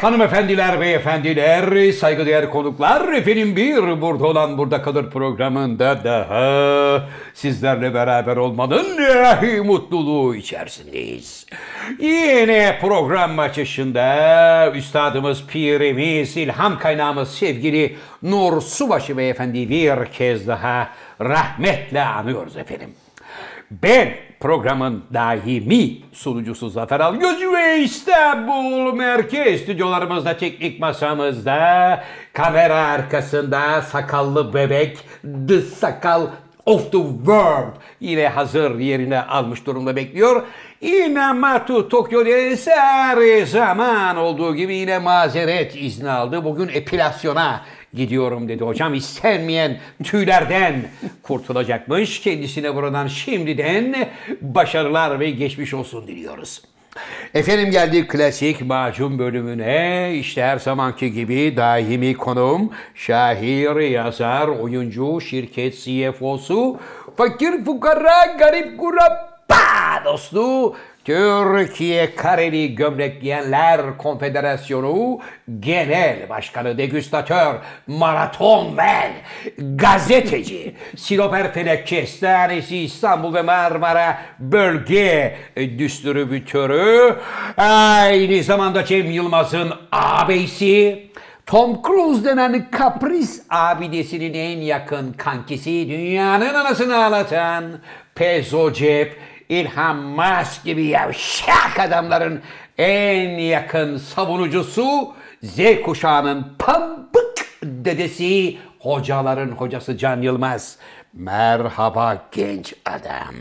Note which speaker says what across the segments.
Speaker 1: Hanımefendiler, beyefendiler, saygıdeğer konuklar, efendim bir burada olan burada kalır programında daha sizlerle beraber olmanın ilahi mutluluğu içerisindeyiz. Yine program açışında üstadımız, pirimiz, ilham kaynağımız sevgili Nur Subaşı Beyefendi bir kez daha rahmetle anıyoruz efendim. Ben programın daimi sunucusu Zafer Algöz ve İstanbul Merkez stüdyolarımızda, teknik masamızda, kamera arkasında sakallı bebek, The Sakal of the World yine hazır yerine almış durumda bekliyor. Inamatu Tokyo'da ise her zaman olduğu gibi yine mazeret izni aldı. Bugün epilasyona gidiyorum dedi hocam. İstenmeyen tüylerden kurtulacakmış. Kendisine buradan şimdiden başarılar ve geçmiş olsun diliyoruz. Efendim geldik klasik macun bölümüne. İşte her zamanki gibi daimi konuğum, şair, yazar, oyuncu, şirket CFO'su, fakir, fukara, garip, kurabba dostu, Türkiye Kareli Gömlek Giyenler Konfederasyonu Genel Başkanı Degüstatör Maraton Ben Gazeteci Siloper Felek Kestanesi İstanbul ve Marmara Bölge Distribütörü Aynı zamanda Cem Yılmaz'ın ağabeyisi Tom Cruise denen kapris abidesinin en yakın kankisi dünyanın anasını ağlatan Pezo Cep İlham Mas gibi yavşak adamların en yakın savunucusu Z kuşağının pambık dedesi hocaların hocası Can Yılmaz. Merhaba genç adam.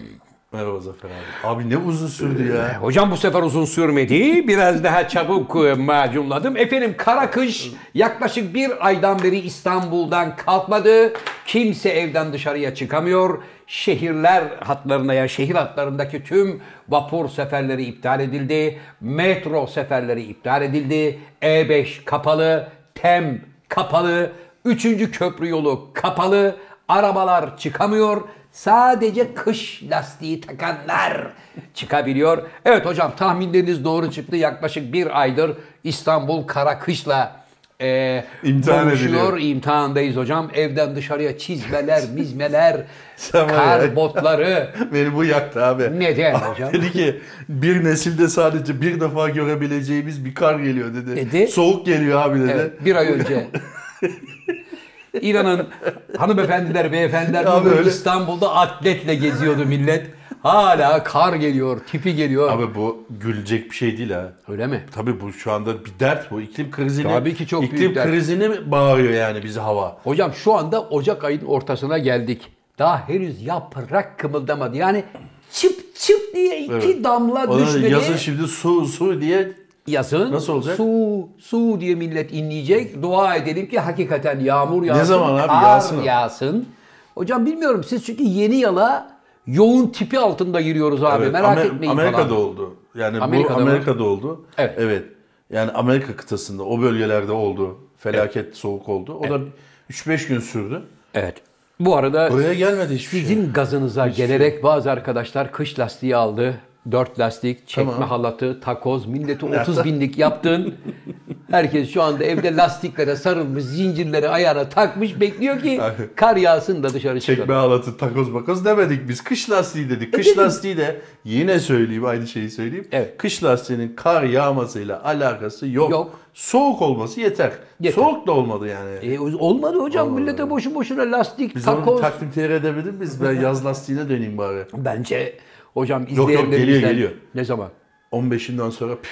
Speaker 2: Merhaba Zafer abi. Abi ne uzun sürdü ya.
Speaker 1: Ee, Hocam bu sefer uzun sürmedi. Biraz daha çabuk e, macunladım. Efendim kara kış yaklaşık bir aydan beri İstanbul'dan kalkmadı. Kimse evden dışarıya çıkamıyor. Şehirler hatlarına ya şehir hatlarındaki tüm vapur seferleri iptal edildi. Metro seferleri iptal edildi. E5 kapalı. TEM kapalı. Üçüncü köprü yolu kapalı. Arabalar çıkamıyor. Sadece kış lastiği takanlar çıkabiliyor. Evet hocam tahminleriniz doğru çıktı. Yaklaşık bir aydır İstanbul kara kışla e,
Speaker 2: İmtihan
Speaker 1: boğuşuyor.
Speaker 2: ediliyor.
Speaker 1: İmtihandayız hocam. Evden dışarıya çizmeler, mizmeler,
Speaker 2: Sen var ya.
Speaker 1: kar botları.
Speaker 2: Beni bu yaktı abi.
Speaker 1: Neden
Speaker 2: Abi
Speaker 1: hocam?
Speaker 2: Dedi ki bir nesilde sadece bir defa görebileceğimiz bir kar geliyor dedi.
Speaker 1: Dedi.
Speaker 2: Soğuk geliyor abi dedi.
Speaker 1: Evet, bir ay önce. İnanın hanımefendiler, beyefendiler
Speaker 2: Abi
Speaker 1: bugün
Speaker 2: öyle-
Speaker 1: İstanbul'da atletle geziyordu millet. Hala kar geliyor, tipi geliyor.
Speaker 2: Abi bu gülecek bir şey değil ha.
Speaker 1: Öyle mi?
Speaker 2: Tabii bu şu anda bir dert bu. İklim krizini
Speaker 1: Tabii ki çok
Speaker 2: iklim
Speaker 1: büyük dert.
Speaker 2: krizini bağırıyor yani bizi hava.
Speaker 1: Hocam şu anda Ocak ayının ortasına geldik. Daha henüz yaprak kımıldamadı. Yani çıp çıp diye iki
Speaker 2: Evet.
Speaker 1: damla
Speaker 2: Ona
Speaker 1: düşmedi.
Speaker 2: yazın şimdi su su diye
Speaker 1: Yazın
Speaker 2: Nasıl olacak?
Speaker 1: su su diye millet inleyecek. Dua edelim ki hakikaten yağmur yağsın.
Speaker 2: zaman abi?
Speaker 1: kar
Speaker 2: Yağsın.
Speaker 1: yağsın. Hocam bilmiyorum siz çünkü yeni yala yoğun tipi altında giriyoruz abi.
Speaker 2: Evet,
Speaker 1: Merak
Speaker 2: Amer-
Speaker 1: etmeyin
Speaker 2: Amerika'da
Speaker 1: falan.
Speaker 2: oldu. Yani
Speaker 1: Amerika'da
Speaker 2: bu
Speaker 1: mı?
Speaker 2: Amerika'da oldu.
Speaker 1: Evet.
Speaker 2: Yani Amerika kıtasında o bölgelerde oldu. Felaket soğuk oldu. O da 3-5 gün sürdü.
Speaker 1: Evet. Bu arada
Speaker 2: Buraya gelmedi hiçbir şey.
Speaker 1: Sizin gazınıza gelerek bazı arkadaşlar kış lastiği aldı. Dört lastik, çekme
Speaker 2: Tamam.
Speaker 1: halatı, takoz, milleti 30 binlik yaptın. Herkes şu anda evde lastiklere sarılmış, zincirleri ayağına takmış bekliyor ki
Speaker 2: Abi.
Speaker 1: kar yağsın da dışarı çıkalım.
Speaker 2: Çekme halatı, takoz makoz demedik biz. Kış lastiği dedik. Kış lastiği de yine söyleyeyim aynı şeyi söyleyeyim.
Speaker 1: Evet.
Speaker 2: Kış lastiğinin kar yağmasıyla alakası yok.
Speaker 1: Yok.
Speaker 2: Soğuk olması yeter.
Speaker 1: Yeter.
Speaker 2: Soğuk da olmadı yani.
Speaker 1: E, olmadı hocam millete boşu boşuna lastik,
Speaker 2: biz onu
Speaker 1: takoz.
Speaker 2: bir takdim teyer edebilir miyiz? Ben yaz lastiğine döneyim bari.
Speaker 1: Bence hocam
Speaker 2: yok,
Speaker 1: izleyenlerimizden
Speaker 2: geliyor, geliyor.
Speaker 1: ne zaman?
Speaker 2: 15'inden sonra püf,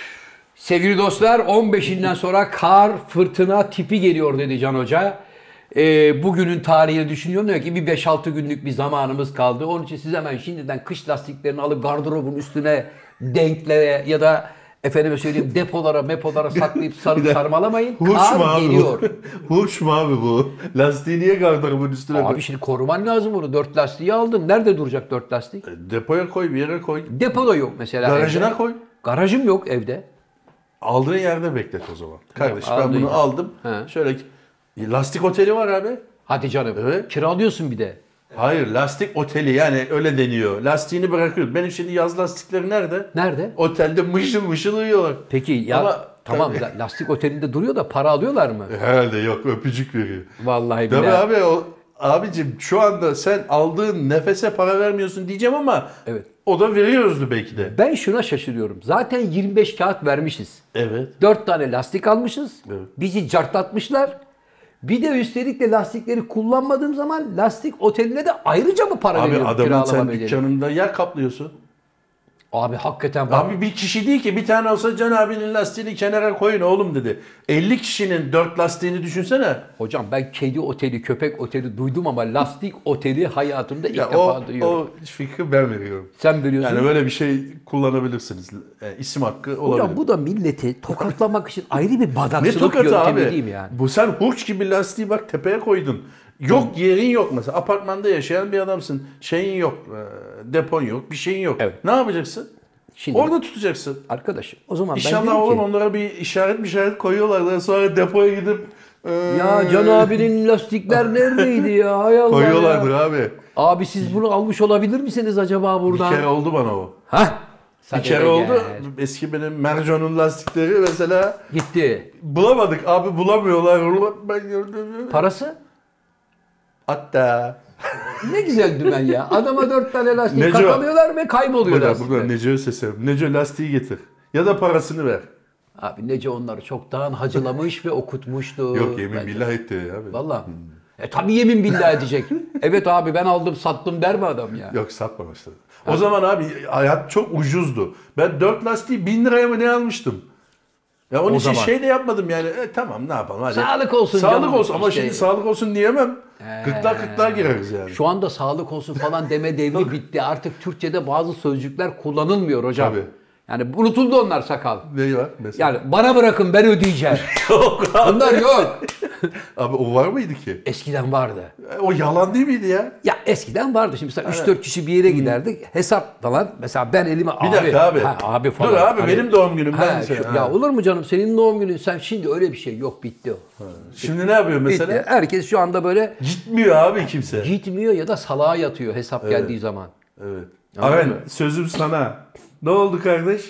Speaker 1: Sevgili dostlar 15'inden sonra kar fırtına tipi geliyor dedi Can Hoca. Ee, bugünün tarihini düşünüyorum diyor ki bir 5-6 günlük bir zamanımız kaldı. Onun için siz hemen şimdiden kış lastiklerini alıp gardırobun üstüne denklere ya da efendime söyleyeyim depolara mepolara saklayıp sarıp
Speaker 2: de-
Speaker 1: sarmalamayın.
Speaker 2: Hurç mu
Speaker 1: Kar
Speaker 2: abi
Speaker 1: geliyor.
Speaker 2: bu? Hurç mu abi bu? Lastiği niye gardırobun üstüne koy?
Speaker 1: Abi şimdi koruman lazım bunu. Dört lastiği aldın. Nerede duracak dört lastik?
Speaker 2: Depoya koy, bir yere koy.
Speaker 1: Depo da yok mesela.
Speaker 2: Garajına
Speaker 1: evde.
Speaker 2: koy.
Speaker 1: Garajım yok evde.
Speaker 2: Aldığın yerde beklet o zaman. Kardeş ben
Speaker 1: aldığın
Speaker 2: bunu
Speaker 1: yer.
Speaker 2: aldım.
Speaker 1: He.
Speaker 2: Şöyle ki- "E, lastik oteli var abi.
Speaker 1: Hadi canım.
Speaker 2: Evet.
Speaker 1: Kiralıyorsun bir de.
Speaker 2: Hayır lastik oteli yani öyle deniyor. Lastiğini bırakıyoruz. Benim şimdi yaz lastikleri nerede?
Speaker 1: Nerede?
Speaker 2: Otelde mışıl mışıl uyuyorlar.
Speaker 1: Peki ya
Speaker 2: Ama
Speaker 1: Tamam da lastik otelinde duruyor da para alıyorlar mı?
Speaker 2: E, Herhalde yok öpücük veriyor.
Speaker 1: Vallahi
Speaker 2: Değil mi
Speaker 1: billahi.
Speaker 2: abi o abicim şu anda sen aldığın nefese para vermiyorsun diyeceğim ama
Speaker 1: Evet.
Speaker 2: o da veriyoruzdu belki de.
Speaker 1: Ben şuna şaşırıyorum. Zaten 25 kağıt vermişiz.
Speaker 2: Evet.
Speaker 1: 4 tane lastik almışız.
Speaker 2: Evet.
Speaker 1: Bizi cartlatmışlar. Bir de üstelik de lastikleri kullanmadığım zaman lastik oteline de ayrıca mı para
Speaker 2: Abi
Speaker 1: veriyorum?
Speaker 2: adamın
Speaker 1: kiralama
Speaker 2: sen
Speaker 1: bedeli?
Speaker 2: dükkanında yer kaplıyorsun.
Speaker 1: Abi hakikaten bak.
Speaker 2: Abi bir kişi değil ki bir tane olsa Can abinin lastiğini kenara koyun oğlum dedi. 50 kişinin 4 lastiğini düşünsene.
Speaker 1: Hocam ben kedi oteli, köpek oteli duydum ama lastik oteli hayatımda ilk
Speaker 2: Ya
Speaker 1: defa
Speaker 2: o,
Speaker 1: duyuyorum.
Speaker 2: o fikri ben veriyorum.
Speaker 1: Sen biliyorsun.
Speaker 2: Yani böyle bir şey kullanabilirsiniz. E, isim hakkı olabilir.
Speaker 1: Hocam bu da milleti tokatlamak için ayrı bir
Speaker 2: Ne
Speaker 1: badaksızlık
Speaker 2: tokatı
Speaker 1: yöntemi
Speaker 2: abi?
Speaker 1: diyeyim yani.
Speaker 2: Bu sen hurç gibi lastiği bak tepeye koydun. Yok yerin yok mesela. Apartmanda yaşayan bir adamsın. Şeyin yok. e, Depon yok. Bir şeyin yok.
Speaker 1: Evet.
Speaker 2: Ne yapacaksın?
Speaker 1: Şimdi-
Speaker 2: Orada tutacaksın.
Speaker 1: Arkadaş o zaman ben
Speaker 2: İnşallah
Speaker 1: diyorum
Speaker 2: oğlum
Speaker 1: ki,
Speaker 2: onlara bir işaret bir işaret koyuyorlar. da Sonra depoya gidip e,
Speaker 1: ya Can abinin lastikler neredeydi ya? Hay Allah
Speaker 2: koyuyorlardır
Speaker 1: ya.
Speaker 2: abi.
Speaker 1: Abi siz bunu almış olabilir misiniz acaba
Speaker 2: Bir kere
Speaker 1: buradan?
Speaker 2: oldu bana o.
Speaker 1: Hah.
Speaker 2: Bir
Speaker 1: Sadede
Speaker 2: kere oldu.
Speaker 1: gel.
Speaker 2: Eski benim Mercon'un lastikleri mesela
Speaker 1: Gitti.
Speaker 2: bulamadık abi bulamıyorlar. Ulan Ben gördüm.
Speaker 1: Parası?
Speaker 2: Hatta
Speaker 1: Ne güzel dümen ya. Adama dört tane lastik
Speaker 2: Neco.
Speaker 1: kakalıyorlar ve kayboluyor
Speaker 2: Buradan,
Speaker 1: lastikler.
Speaker 2: buradan Nece'ye sesleniyorum. Nece lastiği getir. Ya da parasını ver.
Speaker 1: Abi Nece onları çoktan hacılamış ve okutmuştu.
Speaker 2: Yok yemin
Speaker 1: Bence.
Speaker 2: billah etti ya abi.
Speaker 1: Vallahi. E tabi yemin billah edecek. evet abi ben aldım sattım der mi adam ya?
Speaker 2: Yok satmamışlar. O zaman abi hayat çok ucuzdu. Ben 4 lastiği 1000 liraya mı ne almıştım? Ya onun
Speaker 1: O
Speaker 2: için
Speaker 1: zaman.
Speaker 2: şey de yapmadım yani. E, tamam ne yapalım hadi.
Speaker 1: Sağlık olsun
Speaker 2: Sağlık
Speaker 1: canım.
Speaker 2: olsun ama
Speaker 1: İşte-
Speaker 2: şimdi sağlık olsun diyemem. Kırklar kırklar gireriz yani.
Speaker 1: Şu anda sağlık olsun falan deme devri bitti. Artık Türkçe'de bazı sözcükler kullanılmıyor hocam.
Speaker 2: Tabii.
Speaker 1: Yani unutuldu onlar sakal.
Speaker 2: Ne var mesela?
Speaker 1: Yani bana bırakın ben ödeyeceğim. Bunlar yok.
Speaker 2: Abi o var mıydı ki?
Speaker 1: Eskiden vardı.
Speaker 2: E, O yalan değil miydi ya?
Speaker 1: Ya eskiden vardı. Şimdi mesela 3-4 kişi bir yere giderdik. Hesap falan. Mesela ben elime
Speaker 2: Bir
Speaker 1: abi.
Speaker 2: dakika abi.
Speaker 1: Ha, abi falan.
Speaker 2: Dur abi
Speaker 1: Hani-
Speaker 2: benim doğum günüm ben.
Speaker 1: Ha,
Speaker 2: şey-
Speaker 1: şu-
Speaker 2: ha.
Speaker 1: ya olur mu canım senin doğum günün sen şimdi öyle bir şey yok bitti o.
Speaker 2: Şimdi ne yapıyor
Speaker 1: Bitti.
Speaker 2: mesela?
Speaker 1: Herkes şu anda böyle
Speaker 2: Gitmiyor abi kimse.
Speaker 1: Gitmiyor ya da salağa yatıyor hesap geldiği zaman.
Speaker 2: Evet.
Speaker 1: Anladın
Speaker 2: Aren
Speaker 1: mı?
Speaker 2: sözüm sana. Ne oldu kardeş?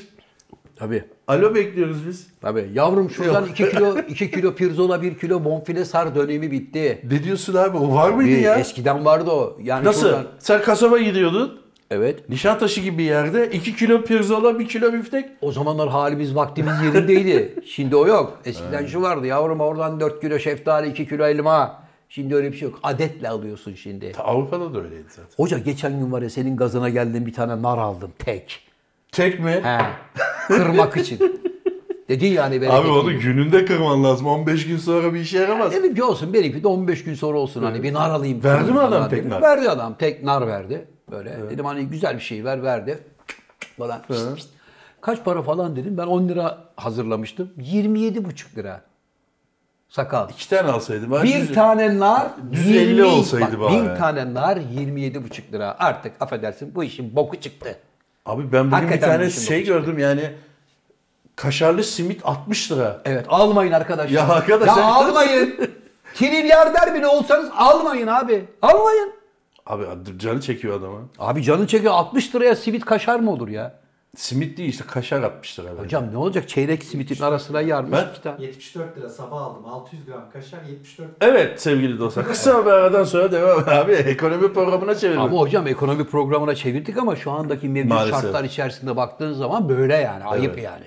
Speaker 1: Tabii.
Speaker 2: Alo bekliyoruz biz.
Speaker 1: Tabii. Yavrum şuradan 2 kilo 2 kilo pirzola 1 kilo bonfile sar dönemi bitti.
Speaker 2: Ne diyorsun abi? O var mıydı
Speaker 1: Bir,
Speaker 2: ya?
Speaker 1: eskiden vardı o. Yani
Speaker 2: Nasıl?
Speaker 1: şuradan-
Speaker 2: Sen kasaba gidiyordun.
Speaker 1: evet.
Speaker 2: Nişantaşı gibi bir yerde 2 kilo pirzola 1 kilo biftek.
Speaker 1: O zamanlar halimiz vaktimiz yerindeydi. Şimdi o yok. Eskiden şu vardı. Yavrum oradan 4 kilo şeftali 2 kilo elma. Şimdi öyle bir şey yok. Adetle alıyorsun şimdi.
Speaker 2: Avrupa'da da öyleydi zaten.
Speaker 1: Hoca geçen gün var ya senin gazına geldim bir tane nar aldım tek.
Speaker 2: Tek mi?
Speaker 1: He. Kırmak için. Dedin yani bereketli
Speaker 2: Abi onu gününde kırman lazım. 15 gün sonra bir işe yaramaz.
Speaker 1: Dedim ki olsun benimki de 15 gün sonra olsun hani bir nar alayım.
Speaker 2: Verdi
Speaker 1: falan
Speaker 2: mi adam
Speaker 1: falan
Speaker 2: tek
Speaker 1: dedim.
Speaker 2: nar?
Speaker 1: Verdi adam tek nar verdi. Böyle dedim hani güzel bir şey ver verdi. Falan pist pist. Kaç para falan dedim ben 10 lira hazırlamıştım. 27,5 lira. Sakal.
Speaker 2: 2 tane alsaydım. Ben
Speaker 1: Bir
Speaker 2: düz-
Speaker 1: tane nar
Speaker 2: Düz elli olsaydı
Speaker 1: bak, Bir
Speaker 2: bari.
Speaker 1: tane nar 27,5 lira. Artık affedersin bu işin boku çıktı.
Speaker 2: Abi ben bugün
Speaker 1: Hakikaten
Speaker 2: bir tane
Speaker 1: düşün
Speaker 2: şey gördüm yani. Kaşarlı simit 60 lira.
Speaker 1: Evet almayın arkadaşlar.
Speaker 2: Ya arkadaş-
Speaker 1: Ya almayın. Trilyarder bile olsanız almayın abi. Almayın.
Speaker 2: Abi canı çekiyor adama.
Speaker 1: Abi canı çekiyor 60 liraya simit kaşar mı olur ya?
Speaker 2: Simit değil işte kaşar 60 lira. bence.
Speaker 1: Hocam ne olacak çeyrek simitin arasına yarmış
Speaker 2: Ben-
Speaker 1: iki tane.
Speaker 3: 74 lira sabah aldım. 600 gram kaşar 74
Speaker 2: Evet sevgili dostlar. Kısa bir aradan sonra devam abi. Ekonomi programına çevirelim.
Speaker 1: Ama hocam ekonomi programına çevirdik ama şu andaki mevcut
Speaker 2: Maalesef.
Speaker 1: şartlar içerisinde baktığın zaman böyle yani ayıp
Speaker 2: Evet.
Speaker 1: yani.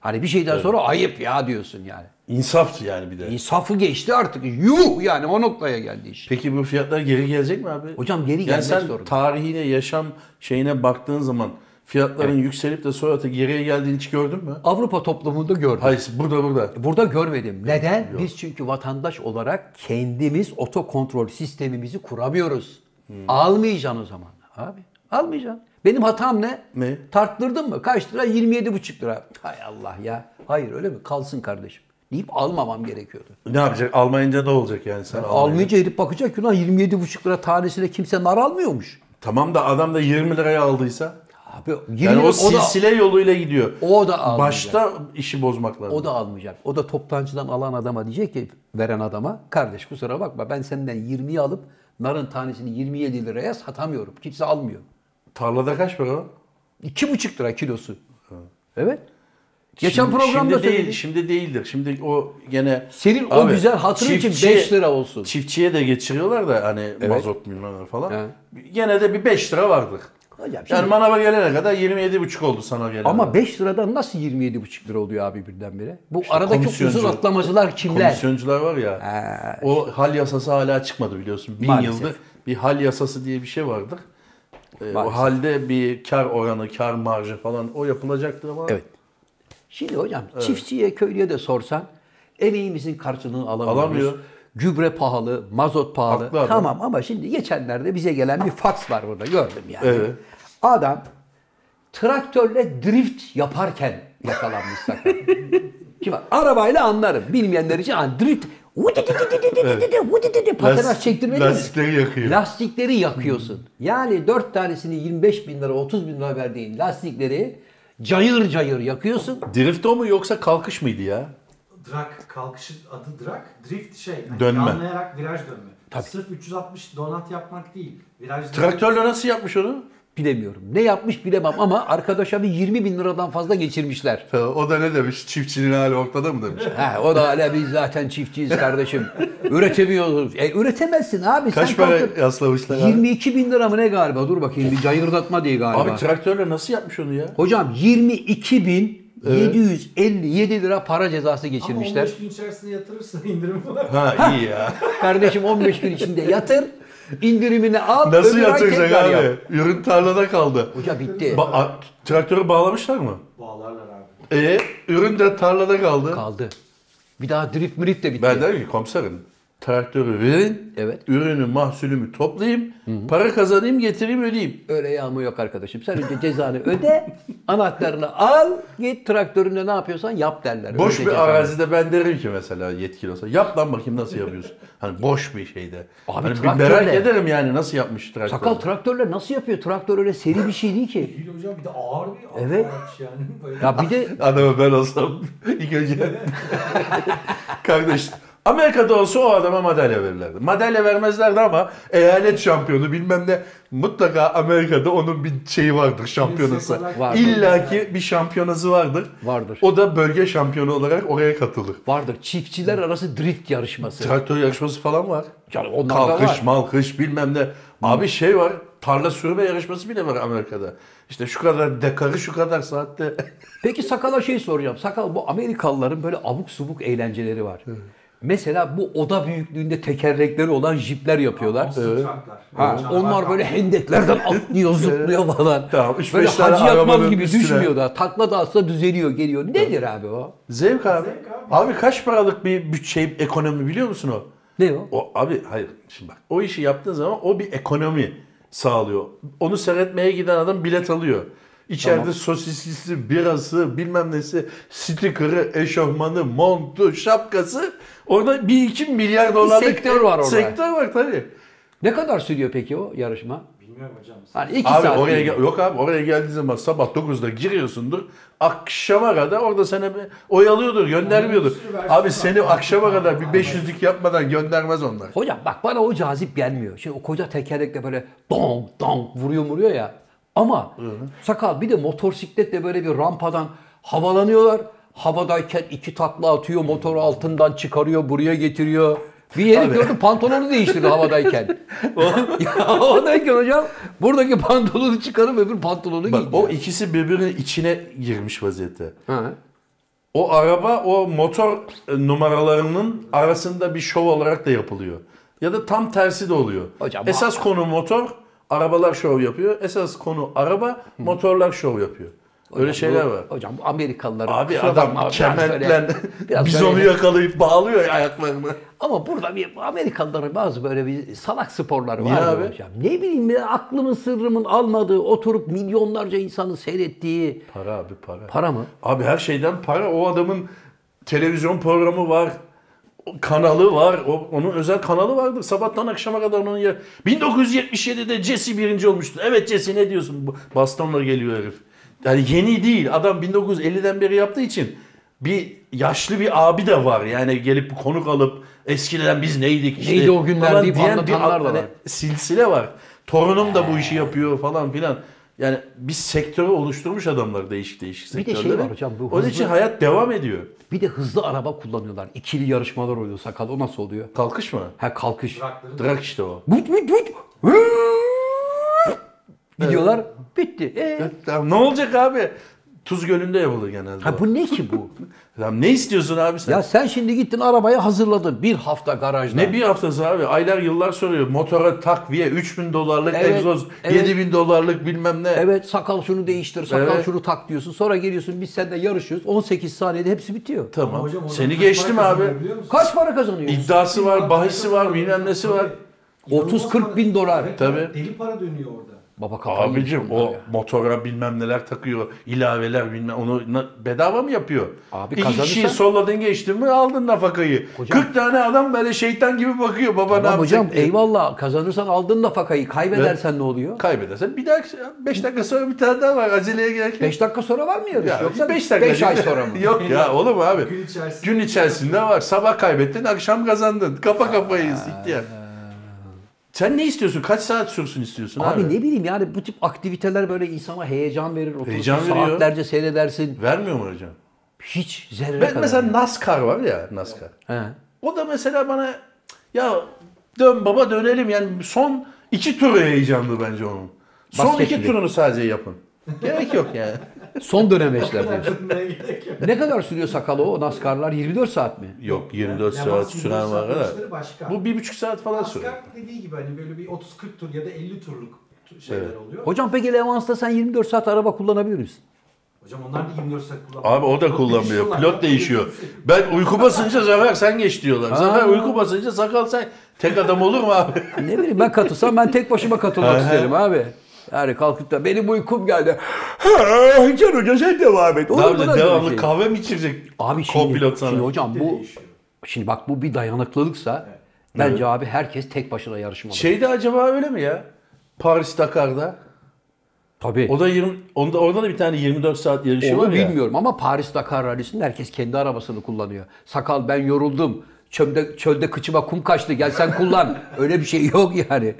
Speaker 1: Hani bir şeyden sonra ayıp ya diyorsun yani.
Speaker 2: İnsaf yani bir de.
Speaker 1: İnsafı geçti artık. Yuh yani o noktaya geldi iş.
Speaker 2: Peki bu fiyatlar geri gelecek mi abi?
Speaker 1: Hocam geri
Speaker 2: yani
Speaker 1: gelmek
Speaker 2: sen
Speaker 1: zorunda.
Speaker 2: tarihine, yaşam şeyine baktığın zaman fiyatların yükselip de sonra da geriye geldiğini hiç gördün mü?
Speaker 1: Avrupa toplumunda gördüm.
Speaker 2: Hayır burada burada.
Speaker 1: Burada görmedim. Neden? Biz çünkü vatandaş olarak kendimiz otokontrol sistemimizi kuramıyoruz.
Speaker 2: Hmm.
Speaker 1: Almayacaksın o zaman abi. Almayacaksın. Benim hatam ne?
Speaker 2: Ne?
Speaker 1: Tarttırdın mı? Kaç lira? 27,5 lira. Hay Allah ya. Hayır öyle mi? Kalsın kardeşim. Deyip almamam gerekiyordu.
Speaker 2: Ne yapacak? Almayınca ne olacak yani sen almayınca?
Speaker 1: Almayınca herif bakacak ki lan 27,5 lira tanesine kimse nar almıyormuş.
Speaker 2: Tamam da adam da 20 liraya aldıysa.
Speaker 1: Abi 20
Speaker 2: Yani
Speaker 1: o,
Speaker 2: o
Speaker 1: da,
Speaker 2: silsile yoluyla gidiyor.
Speaker 1: o da almayacak.
Speaker 2: Başta işi bozmak lazım.
Speaker 1: O da almayacak. O da toptancıdan alan adama diyecek ki veren adama kardeş kusura bakma ben senden 20'yi alıp narın tanesini 27 liraya satamıyorum. Kimse almıyor.
Speaker 2: Tarlada kaç para var?
Speaker 1: 2,5 lira kilosu. Evet. Geçen
Speaker 2: Şimdi-
Speaker 1: programda
Speaker 2: şimdi değil,
Speaker 1: söyledik.
Speaker 2: şimdi değildir. Şimdi o gene
Speaker 1: Senin o
Speaker 2: Abi,
Speaker 1: güzel hatırın için
Speaker 2: çiftçi-
Speaker 1: 5 lira olsun.
Speaker 2: çiftçiye de geçiriyorlar da hani mazot milyonlar falan.
Speaker 1: He.
Speaker 2: Gene de bir 5 lira vardır.
Speaker 1: Hocam şimdi-
Speaker 2: Yani manava gelene kadar 27,5 oldu sana gelene.
Speaker 1: ama
Speaker 2: kadar.
Speaker 1: 5 liradan nasıl 27,5 lira oluyor abi birdenbire? Bu aradaki
Speaker 2: komisyoncu-
Speaker 1: uzun atlamacılar kimler?
Speaker 2: komisyoncular var ya.
Speaker 1: Ha,
Speaker 2: O hal yasası hala çıkmadı biliyorsun. Bin
Speaker 1: Maalesef.
Speaker 2: yıldır bir hal yasası diye bir şey vardır. Ee, o
Speaker 1: Maalesef.
Speaker 2: halde bir kar oranı, kar marjı falan o yapılacaktır ama
Speaker 1: evet. Şimdi hocam çiftçiye, köylüye de sorsan emeğimizin karşılığını alamıyoruz.
Speaker 2: Alamıyor.
Speaker 1: Gübre pahalı, mazot pahalı.
Speaker 2: Haklı adam.
Speaker 1: Tamam ama şimdi geçenlerde bize gelen bir faks var burada gördüm yani.
Speaker 2: Evet.
Speaker 1: Adam traktörle drift yaparken yakalanmış sakal. Şimdi bak, arabayla anlarım. Bilmeyenler için hani drift patenaj
Speaker 2: Lastik-
Speaker 1: çektirmedi mi?
Speaker 2: lastikleri yakıyor.
Speaker 1: Lastikleri yakıyorsun.
Speaker 2: Hmm.
Speaker 1: Yani dört tanesini 25 bin lira 30 bin lira verdiğin lastikleri cayır cayır yakıyorsun.
Speaker 2: drift o mu yoksa kalkış mıydı ya?
Speaker 3: Drak kalkışı adı drak. Drift şey. Hani
Speaker 2: Dönme.
Speaker 3: Yanlayarak viraj dönme.
Speaker 1: Tabii.
Speaker 3: Sırf 360 donat yapmak değil. Viraj
Speaker 2: Traktörle nasıl yapmış onu?
Speaker 1: Bilemiyorum. Ne yapmış bilemem ama arkadaşa bir 20 bin liradan fazla geçirmişler.
Speaker 2: O da ne demiş? Çiftçinin hali ortada mı demiş?
Speaker 1: He, o da hala biz zaten çiftçiyiz kardeşim. Üretemiyoruz. E, üretemezsin abi.
Speaker 2: Kaç
Speaker 1: Sen
Speaker 2: para
Speaker 1: kalkıp-
Speaker 2: yaslamışlar abi?
Speaker 1: 22 bin lira mı ne galiba? Dur bakayım bir cayırdatma diye galiba.
Speaker 2: Abi traktörle nasıl yapmış onu ya?
Speaker 1: Hocam 22 bin 757 lira para cezası
Speaker 3: Ama
Speaker 1: geçirmişler.
Speaker 3: 15 gün içerisinde yatırırsan indirim var.
Speaker 2: Ha iyi ya.
Speaker 1: Kardeşim 15 gün içinde yatır, indirimini al.
Speaker 2: Nasıl
Speaker 1: öbür ay
Speaker 2: yatıracak
Speaker 1: tekrar
Speaker 2: abi?
Speaker 1: yap.
Speaker 2: Ürün tarlada kaldı.
Speaker 1: Hoca bitti.
Speaker 2: Ba- a- traktörü bağlamışlar mı?
Speaker 3: Bağlarlar abi.
Speaker 2: E ürün de tarlada kaldı.
Speaker 1: Kaldı. Bir daha drift mrift de bitti.
Speaker 2: Ben derim ki komiserim traktörü verin,
Speaker 1: Evet.
Speaker 2: ürünü mahsulümü toplayayım, para kazanayım getireyim ödeyeyim.
Speaker 1: Öyle yağma yok arkadaşım. Sen önce cezanı öde, anahtarını al, git traktörünle ne yapıyorsan yap derler.
Speaker 2: Boş
Speaker 1: Öyle
Speaker 2: bir
Speaker 1: cezanı.
Speaker 2: arazide ben derim ki mesela yetkili olsa yap lan bakayım nasıl yapıyorsun. Hani boş bir şeyde.
Speaker 1: Abi
Speaker 2: hani bir
Speaker 1: traktörle-
Speaker 2: merak ederim yani nasıl yapmış traktör.
Speaker 1: Sakal traktörle nasıl yapıyor? Traktör öyle seri bir şey değil ki.
Speaker 3: İyi de hocam bir de ağır bir
Speaker 1: Evet.
Speaker 3: araç yani. Böyle
Speaker 1: Ya bir de
Speaker 2: Adamı ben olsam ilk önce kardeş Amerika'da olsa o adama madalya verirlerdi. Madalya vermezlerdi ama eyalet şampiyonu bilmem ne mutlaka Amerika'da onun bir şeyi vardır şampiyonası.
Speaker 1: Vardır.
Speaker 2: İlla ki bir şampiyonası vardır.
Speaker 1: Vardır.
Speaker 2: O da bölge şampiyonu olarak oraya katılır.
Speaker 1: vardır çiftçiler arası drift yarışması.
Speaker 2: Traktör yarışması falan var.
Speaker 1: Yani onlar da
Speaker 2: Kalkış,
Speaker 1: var.
Speaker 2: malkış bilmem ne. Abi şey var, tarla sürme yarışması bile var Amerika'da. İşte şu kadar dekarı şu kadar saatte
Speaker 1: Peki sakala şey soracağım. Sakal bu Amerikalıların böyle abuk subuk eğlenceleri var. Mesela bu oda büyüklüğünde tekerlekleri olan jipler yapıyorlar.
Speaker 3: Monster trucklar.
Speaker 1: Ha,
Speaker 3: Canavar
Speaker 1: onlar
Speaker 3: kamyonlar.
Speaker 1: böyle hendeklerden atlıyor, zıplıyor falan.
Speaker 2: Tamam, üç
Speaker 1: böyle
Speaker 2: beş tane
Speaker 1: hacı yatmaz
Speaker 2: arabanın
Speaker 1: gibi
Speaker 2: üstüne.
Speaker 1: düşmüyor da. Takla da atsa düzeliyor, geliyor. Nedir abi o?
Speaker 2: Zevk abi.
Speaker 3: Zevk abi.
Speaker 2: abi. kaç paralık bir bütçe ekonomi biliyor musun o?
Speaker 1: Ne o?
Speaker 2: O abi hayır şimdi bak o işi yaptığın zaman o bir ekonomi sağlıyor. Onu seyretmeye giden adam bilet alıyor. İçeride
Speaker 1: Tamam.
Speaker 2: sosislisi, birası, bilmem nesi, stikeri, eşofmanı, montu, şapkası. Orada bir iki milyar dolarlık
Speaker 1: sektör var orada.
Speaker 2: Sektör var tabii.
Speaker 1: Ne kadar sürüyor peki o yarışma?
Speaker 3: Bilmiyorum hocam.
Speaker 1: Hani iki
Speaker 2: abi
Speaker 1: saat
Speaker 2: oraya
Speaker 1: değil.
Speaker 2: gel- yok abi oraya geldiğin zaman sabah 9'da giriyorsundur. Akşama kadar orada seni bir oyalıyordur, göndermiyordur.
Speaker 3: Onun bir sürü versiyonu
Speaker 2: Abi seni
Speaker 3: var.
Speaker 2: akşama kadar bir 500'lük yapmadan göndermez onlar.
Speaker 1: Hocam bak bana o cazip gelmiyor. Şimdi o koca tekerlekle böyle dong dong vuruyor vuruyor ya. Ama sakal bir de motosikletle böyle bir rampadan havalanıyorlar. Havadayken iki takla atıyor, motoru altından çıkarıyor, buraya getiriyor. Bir yeri gördüm pantolonu değiştirdi havadayken. ya havadayken hocam buradaki pantolonu çıkarıp öbür pantolonu
Speaker 2: Bak
Speaker 1: giydi.
Speaker 2: o ikisi birbirinin içine girmiş vaziyette.
Speaker 1: Ha.
Speaker 2: O araba o motor e, numaralarının arasında bir şov olarak da yapılıyor. Ya da tam tersi de oluyor.
Speaker 1: Hocam,
Speaker 2: Esas konu motor, arabalar şov yapıyor. Esas konu araba, motorlar şov yapıyor. Öyle
Speaker 1: Hocam
Speaker 2: şeyler
Speaker 1: bu-
Speaker 2: var.
Speaker 1: Hocam Amerikalıların
Speaker 2: Abi
Speaker 1: kusura
Speaker 2: adam
Speaker 1: bakma abi, biraz böyle-
Speaker 2: kementle
Speaker 1: biraz
Speaker 2: bizonu
Speaker 1: böyle-
Speaker 2: yakalayıp bağlıyor ayaklarına.
Speaker 1: Ama burada bir Amerikalıların bazı böyle bir salak sporları
Speaker 2: Niye
Speaker 1: var
Speaker 2: abi?
Speaker 1: abi? hocam. Ne bileyim ya aklımın sırrımın almadığı oturup milyonlarca insanın seyrettiği
Speaker 2: Para abi para.
Speaker 1: para mı?
Speaker 2: Abi her şeyden para. O adamın televizyon programı var. o Kanalı var. O, onun özel kanalı vardır. Sabahtan akşama kadar onun yer. 1977'de Jesse birinci olmuştu. Evet Jesse ne diyorsun? Bu Bastonla geliyor herif. Yani yeni değil. Adam 1950'den beri yaptığı için bir yaşlı bir abi de var. Yani gelip konuk alıp eskiden biz neydik işte.
Speaker 1: Neydi o günler
Speaker 2: falan
Speaker 1: deyip
Speaker 2: diyen bir
Speaker 1: anlatanlar da
Speaker 2: hani
Speaker 1: var.
Speaker 2: silsile var. Torunum da bu işi yapıyor falan filan. Yani bir sektörü oluşturmuş adamlar değişik değişik
Speaker 1: Bir de şey
Speaker 2: sektörleri.
Speaker 1: var hocam, bu
Speaker 2: Onun
Speaker 1: hızlı-
Speaker 2: için hayat devam ediyor.
Speaker 1: Bir de hızlı araba kullanıyorlar. İkili yarışmalar oluyor sakal. O nasıl oluyor?
Speaker 2: Kalkışma.
Speaker 1: Ha kalkış.
Speaker 3: Drakları
Speaker 2: Drak işte o.
Speaker 1: Vut vut vut. Gidiyorlar. Bitti. Ee?
Speaker 2: Ya ne olacak abi? Tuz Gölü'nde yapılır genelde.
Speaker 1: Ha
Speaker 2: o.
Speaker 1: bu ne ki bu?
Speaker 2: Lan ne istiyorsun abi sen?
Speaker 1: Ya sen şimdi gittin arabayı hazırladın. Bir hafta garajda.
Speaker 2: ne bir haftası abi? Aylar yıllar soruyor. Motora takviye 3000 dolarlık
Speaker 1: Evet,
Speaker 2: egzoz,
Speaker 1: evet.
Speaker 2: 7000 dolarlık bilmem ne.
Speaker 1: Evet sakal şunu değiştir, sakal
Speaker 2: Evet.
Speaker 1: şunu tak diyorsun. Sonra geliyorsun biz seninle yarışıyoruz. 18 saniyede hepsi bitiyor.
Speaker 2: Tamam.
Speaker 3: Ama hocam orada
Speaker 2: Seni
Speaker 3: kaç
Speaker 2: geçtim
Speaker 3: para
Speaker 2: abi.
Speaker 3: kazanıyor biliyor musun?
Speaker 1: Kaç para kazanıyorsun?
Speaker 2: İddiası var, bahisi var, bilmem nesi var.
Speaker 3: Tabii.
Speaker 1: 30-40 bin dolar.
Speaker 3: Evet,
Speaker 2: Tabii.
Speaker 3: Deli para dönüyor orada.
Speaker 1: Baba kafayı
Speaker 2: Abicim
Speaker 1: yemiş bunlar
Speaker 2: o
Speaker 1: ya.
Speaker 2: motora bilmem neler takıyor, ilaveler bilmem onu na- bedava mı yapıyor?
Speaker 1: Abi
Speaker 2: İki
Speaker 1: kazanırsa-
Speaker 2: kişiyi solladın geçtin mi aldın nafakayı.
Speaker 1: Hocam-
Speaker 2: 40 tane adam böyle şeytan gibi bakıyor baba ne
Speaker 1: Tamam
Speaker 2: yapacak
Speaker 1: hocam
Speaker 2: diye.
Speaker 1: eyvallah kazanırsan aldın nafakayı kaybedersen ne oluyor?
Speaker 2: Kaybedersen bir dahaki 5 dakika sonra bir tane daha var aceleye gerek yok.
Speaker 1: 5 dakika sonra var mı yarış?
Speaker 2: Ya,
Speaker 1: Yoksa 5
Speaker 2: beş dakika
Speaker 1: ay
Speaker 2: değil.
Speaker 1: sonra mı?
Speaker 2: yok ya oğlum abi.
Speaker 3: Gün içerisinde.
Speaker 2: Gün içerisinde var. Sabah kaybettin, akşam kazandın. Kafa kafayız ihtiyar. Sen ne istiyorsun? Kaç saat sürsün istiyorsun abi?
Speaker 1: Abi ne bileyim yani bu tip aktiviteler böyle insana heyecan verir. Oturursun
Speaker 2: Heyecan veriyor.
Speaker 1: saatlerce seyredersin.
Speaker 2: Vermiyor mu hocam?
Speaker 1: Hiç zerre
Speaker 2: Ben
Speaker 1: kadar.
Speaker 2: mesela NASCAR var ya NASCAR.
Speaker 1: He.
Speaker 2: O da mesela bana ya dön baba dönelim yani son iki turu heyecanlı bence onun. Son
Speaker 1: Basket
Speaker 2: iki
Speaker 1: gibi.
Speaker 2: turunu sadece yapın. Gerek yok yani.
Speaker 1: Son dönemeçler bu.
Speaker 3: Dönmeye gerek yok.
Speaker 1: ne kadar sürüyor sakalı o NASCAR'lar? 24 saat mi?
Speaker 2: Yok 24
Speaker 3: Yani
Speaker 2: saat
Speaker 3: Yamaç
Speaker 2: süren
Speaker 3: 24
Speaker 2: var
Speaker 3: saat
Speaker 2: kadar.
Speaker 3: yarışları başka.
Speaker 2: Bu bir buçuk saat falan sürüyor.
Speaker 3: Asgard dediği gibi hani böyle bir 30-40 tur ya da 50 turluk tu- şeyler
Speaker 2: Evet.
Speaker 3: oluyor.
Speaker 1: Hocam peki Levans'ta sen 24 saat araba kullanabilir misin?
Speaker 3: Hocam onlar da 24 saat kullanıyor.
Speaker 2: Abi o da kullanmıyor.
Speaker 3: Değişiyorlar.
Speaker 2: Pilot değişiyor. Ben uyku basınca Zafer sen geç diyorlar. Zafer
Speaker 1: Aa.
Speaker 2: uyku basınca sakal sen. Tek adam olur mu abi?
Speaker 1: Ne bileyim ben katılsam ben tek başıma katılmak isterim abi. Yani kalkıp da benim uykum geldi. Ha, Can Hoca sen devam et. Olur
Speaker 2: ne
Speaker 1: mu
Speaker 2: yapacak?
Speaker 1: lan şey? böyle
Speaker 2: Devamlı
Speaker 1: şey?
Speaker 2: kahve mi içirecek?
Speaker 1: Abi şimdi,
Speaker 2: Co-pilot
Speaker 1: şimdi hocam bu
Speaker 3: Değişiyor.
Speaker 1: şimdi bak bu bir dayanıklılıksa bence abi herkes tek başına yarışmalı.
Speaker 2: Şeyde acaba öyle mi ya? Paris Dakar'da.
Speaker 1: Tabii.
Speaker 2: O da 20 onda orada da bir tane 24 saat yarışı var
Speaker 1: Onu
Speaker 2: ya.
Speaker 1: bilmiyorum ama Paris Dakar rallisinde herkes kendi arabasını kullanıyor. Sakal ben yoruldum. Çölde, çölde kıçıma kum kaçtı. Gel sen kullan. Öyle bir şey yok yani.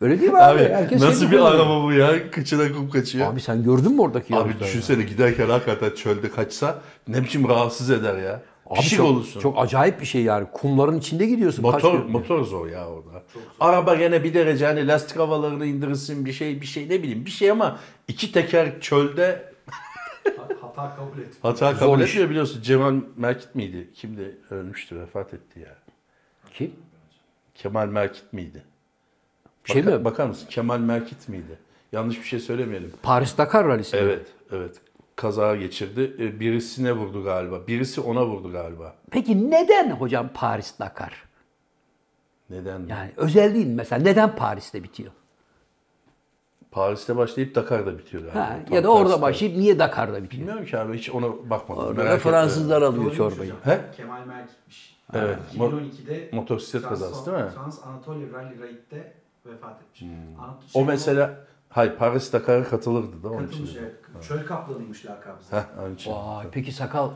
Speaker 1: Öyle değil mi abi? şey
Speaker 2: Abi nasıl
Speaker 1: kendi
Speaker 2: bir
Speaker 1: kullanıyor.
Speaker 2: araba bu ya? Kıçına kum kaçıyor. Abi,
Speaker 1: Abi sen gördün mü oradaki yarışları?
Speaker 2: düşünsene giderken hakikaten çölde kaçsa ne biçim rahatsız eder ya.
Speaker 1: Abi
Speaker 2: Pişik
Speaker 1: çok,
Speaker 2: olursun.
Speaker 1: Çok acayip bir şey yani. Kumların içinde gidiyorsun. kaç
Speaker 2: motor
Speaker 1: kilometre.
Speaker 2: motor zor ya orada. Araba gene bir derece hani lastik havalarını indirirsin bir şey bir şey ne bileyim bir şey ama iki teker çölde
Speaker 3: Ha- Hata kabul et.
Speaker 2: hata kabul
Speaker 1: iş.
Speaker 2: etmiyor biliyorsun. Cemal Merkit miydi? Kimdi? Ölmüştü vefat etti ya.
Speaker 1: Kim?
Speaker 2: Kemal Merkit miydi?
Speaker 1: Bir şey
Speaker 2: Baka-
Speaker 1: mi?
Speaker 2: Bakar mısın? Kemal Merkit miydi? Yanlış bir şey söylemeyelim.
Speaker 1: Paris Dakar rallisi. mi?
Speaker 2: Evet, evet. Kaza geçirdi. E, Birisine vurdu galiba. Birisi ona vurdu galiba.
Speaker 1: Peki neden hocam Paris Dakar?
Speaker 2: Neden? mi?
Speaker 1: Yani özelliğin mesela neden Paris'te bitiyor?
Speaker 2: Paris'te başlayıp Dakar'da bitiyor galiba.
Speaker 1: Ha,
Speaker 2: Tam
Speaker 1: ya da orada
Speaker 2: tersi.
Speaker 1: başlayıp niye Dakar'da bitiyor?
Speaker 2: Bilmiyorum ki abi hiç ona bakmadım.
Speaker 1: Orada
Speaker 2: Merak
Speaker 1: da
Speaker 2: etme.
Speaker 1: Fransızlar alıyor
Speaker 3: Doğruymuş
Speaker 1: çorbayı.
Speaker 3: hocam.
Speaker 2: He?
Speaker 3: Kemal Merk gitmiş.
Speaker 2: Evet.
Speaker 3: 2012'de
Speaker 2: Motosiklet
Speaker 3: Trans-
Speaker 2: kazası değil mi? Hmm.
Speaker 3: Trans Anatolia Rally Raid'de vefat etmiş. Anat- şey,
Speaker 2: O mesela hayır Paris Dakar'a katılırdı da onun
Speaker 3: katılmış
Speaker 2: için.
Speaker 3: evet. Çöl kaplanıymış lakabı. zaten.
Speaker 2: Heh, onun için.
Speaker 1: Vay peki sakal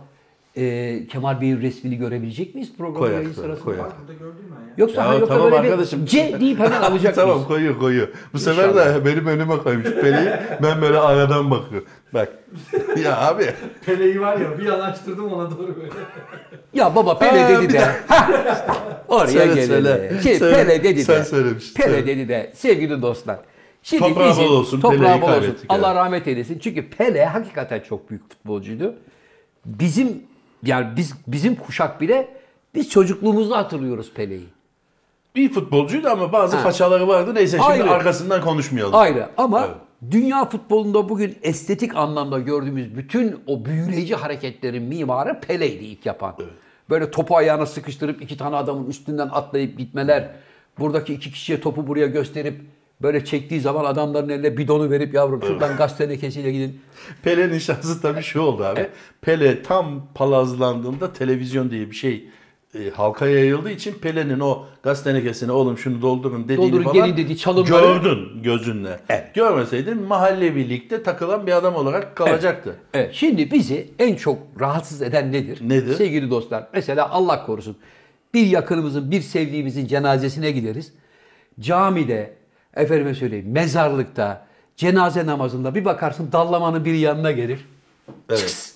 Speaker 1: e, Kemal Bey'in resmini görebilecek miyiz programın
Speaker 2: Koyak,
Speaker 1: yayın
Speaker 2: koyak,
Speaker 1: sırasında?
Speaker 2: koyak.
Speaker 3: Bak burada gördün mü ya?
Speaker 1: Yoksa
Speaker 2: Ya
Speaker 1: ha, yoksa
Speaker 2: tamam
Speaker 1: böyle
Speaker 2: arkadaşım.
Speaker 1: bir C deyip hemen alacak
Speaker 2: tamam
Speaker 1: mıyız?
Speaker 2: koyuyor koyuyor. Bu sefer de benim önüme koymuş peleği. Ben böyle aradan bakıyorum. Bak. ya abi.
Speaker 3: Pele'yi var ya bir yanaştırdım ona doğru böyle.
Speaker 1: Ya baba Pele
Speaker 2: Ha, bir
Speaker 1: dedi de. ha, Oraya
Speaker 2: Söyle,
Speaker 1: gelin.
Speaker 2: söyle.
Speaker 1: Şey,
Speaker 2: Söyle.
Speaker 1: Pele dedi de.
Speaker 2: Sen söylemiştin,
Speaker 1: Pele
Speaker 2: söyle.
Speaker 1: dedi de. Sevgili dostlar. Şimdi
Speaker 2: Toprağı
Speaker 1: bizim-
Speaker 2: bol olsun,
Speaker 1: toprağı
Speaker 2: Pele'yi
Speaker 1: bol olsun.
Speaker 2: kaybettik
Speaker 1: Allah
Speaker 2: yani.
Speaker 1: rahmet eylesin. Çünkü Pele hakikaten çok büyük futbolcuydu. Bizim yani biz bizim kuşak bile biz çocukluğumuzda hatırlıyoruz Pele'yi.
Speaker 2: İyi futbolcuydu ama bazı
Speaker 1: Ha.
Speaker 2: façaları vardı. Neyse şimdi
Speaker 1: Ayrı.
Speaker 2: arkasından konuşmayalım.
Speaker 1: Ayrı ama
Speaker 2: Evet.
Speaker 1: dünya futbolunda bugün estetik anlamda gördüğümüz bütün o büyüleyici hareketlerin mimarı Pele'ydi ilk yapan. Böyle topu ayağına sıkıştırıp iki tane adamın üstünden atlayıp gitmeler. Buradaki iki kişiye topu buraya gösterip böyle çektiği zaman adamların eline bidonu verip yavrum şuradan gaz tenekesiyle gidin.
Speaker 2: Pele'nin şansı tabii şu oldu abi. Pele tam palazlandığında televizyon diye bir şey e, halka yayıldığı için Pele'nin o gaz tenekesine oğlum şunu doldurun dediğini
Speaker 1: Doldurun
Speaker 2: falan
Speaker 1: gelin dediği çalımları-
Speaker 2: gördün gözünle. Görmeseydin mahalle birlikte takılan bir adam olarak kalacaktı.
Speaker 1: Evet, şimdi bizi en çok rahatsız eden nedir?
Speaker 2: Nedir?
Speaker 1: Sevgili dostlar, mesela Allah korusun bir yakınımızın, bir sevdiğimizin cenazesine gideriz. Camide, efendime söyleyeyim mezarlıkta, Cenaze namazında bir bakarsın dallamanın biri yanına gelir.
Speaker 2: Evet.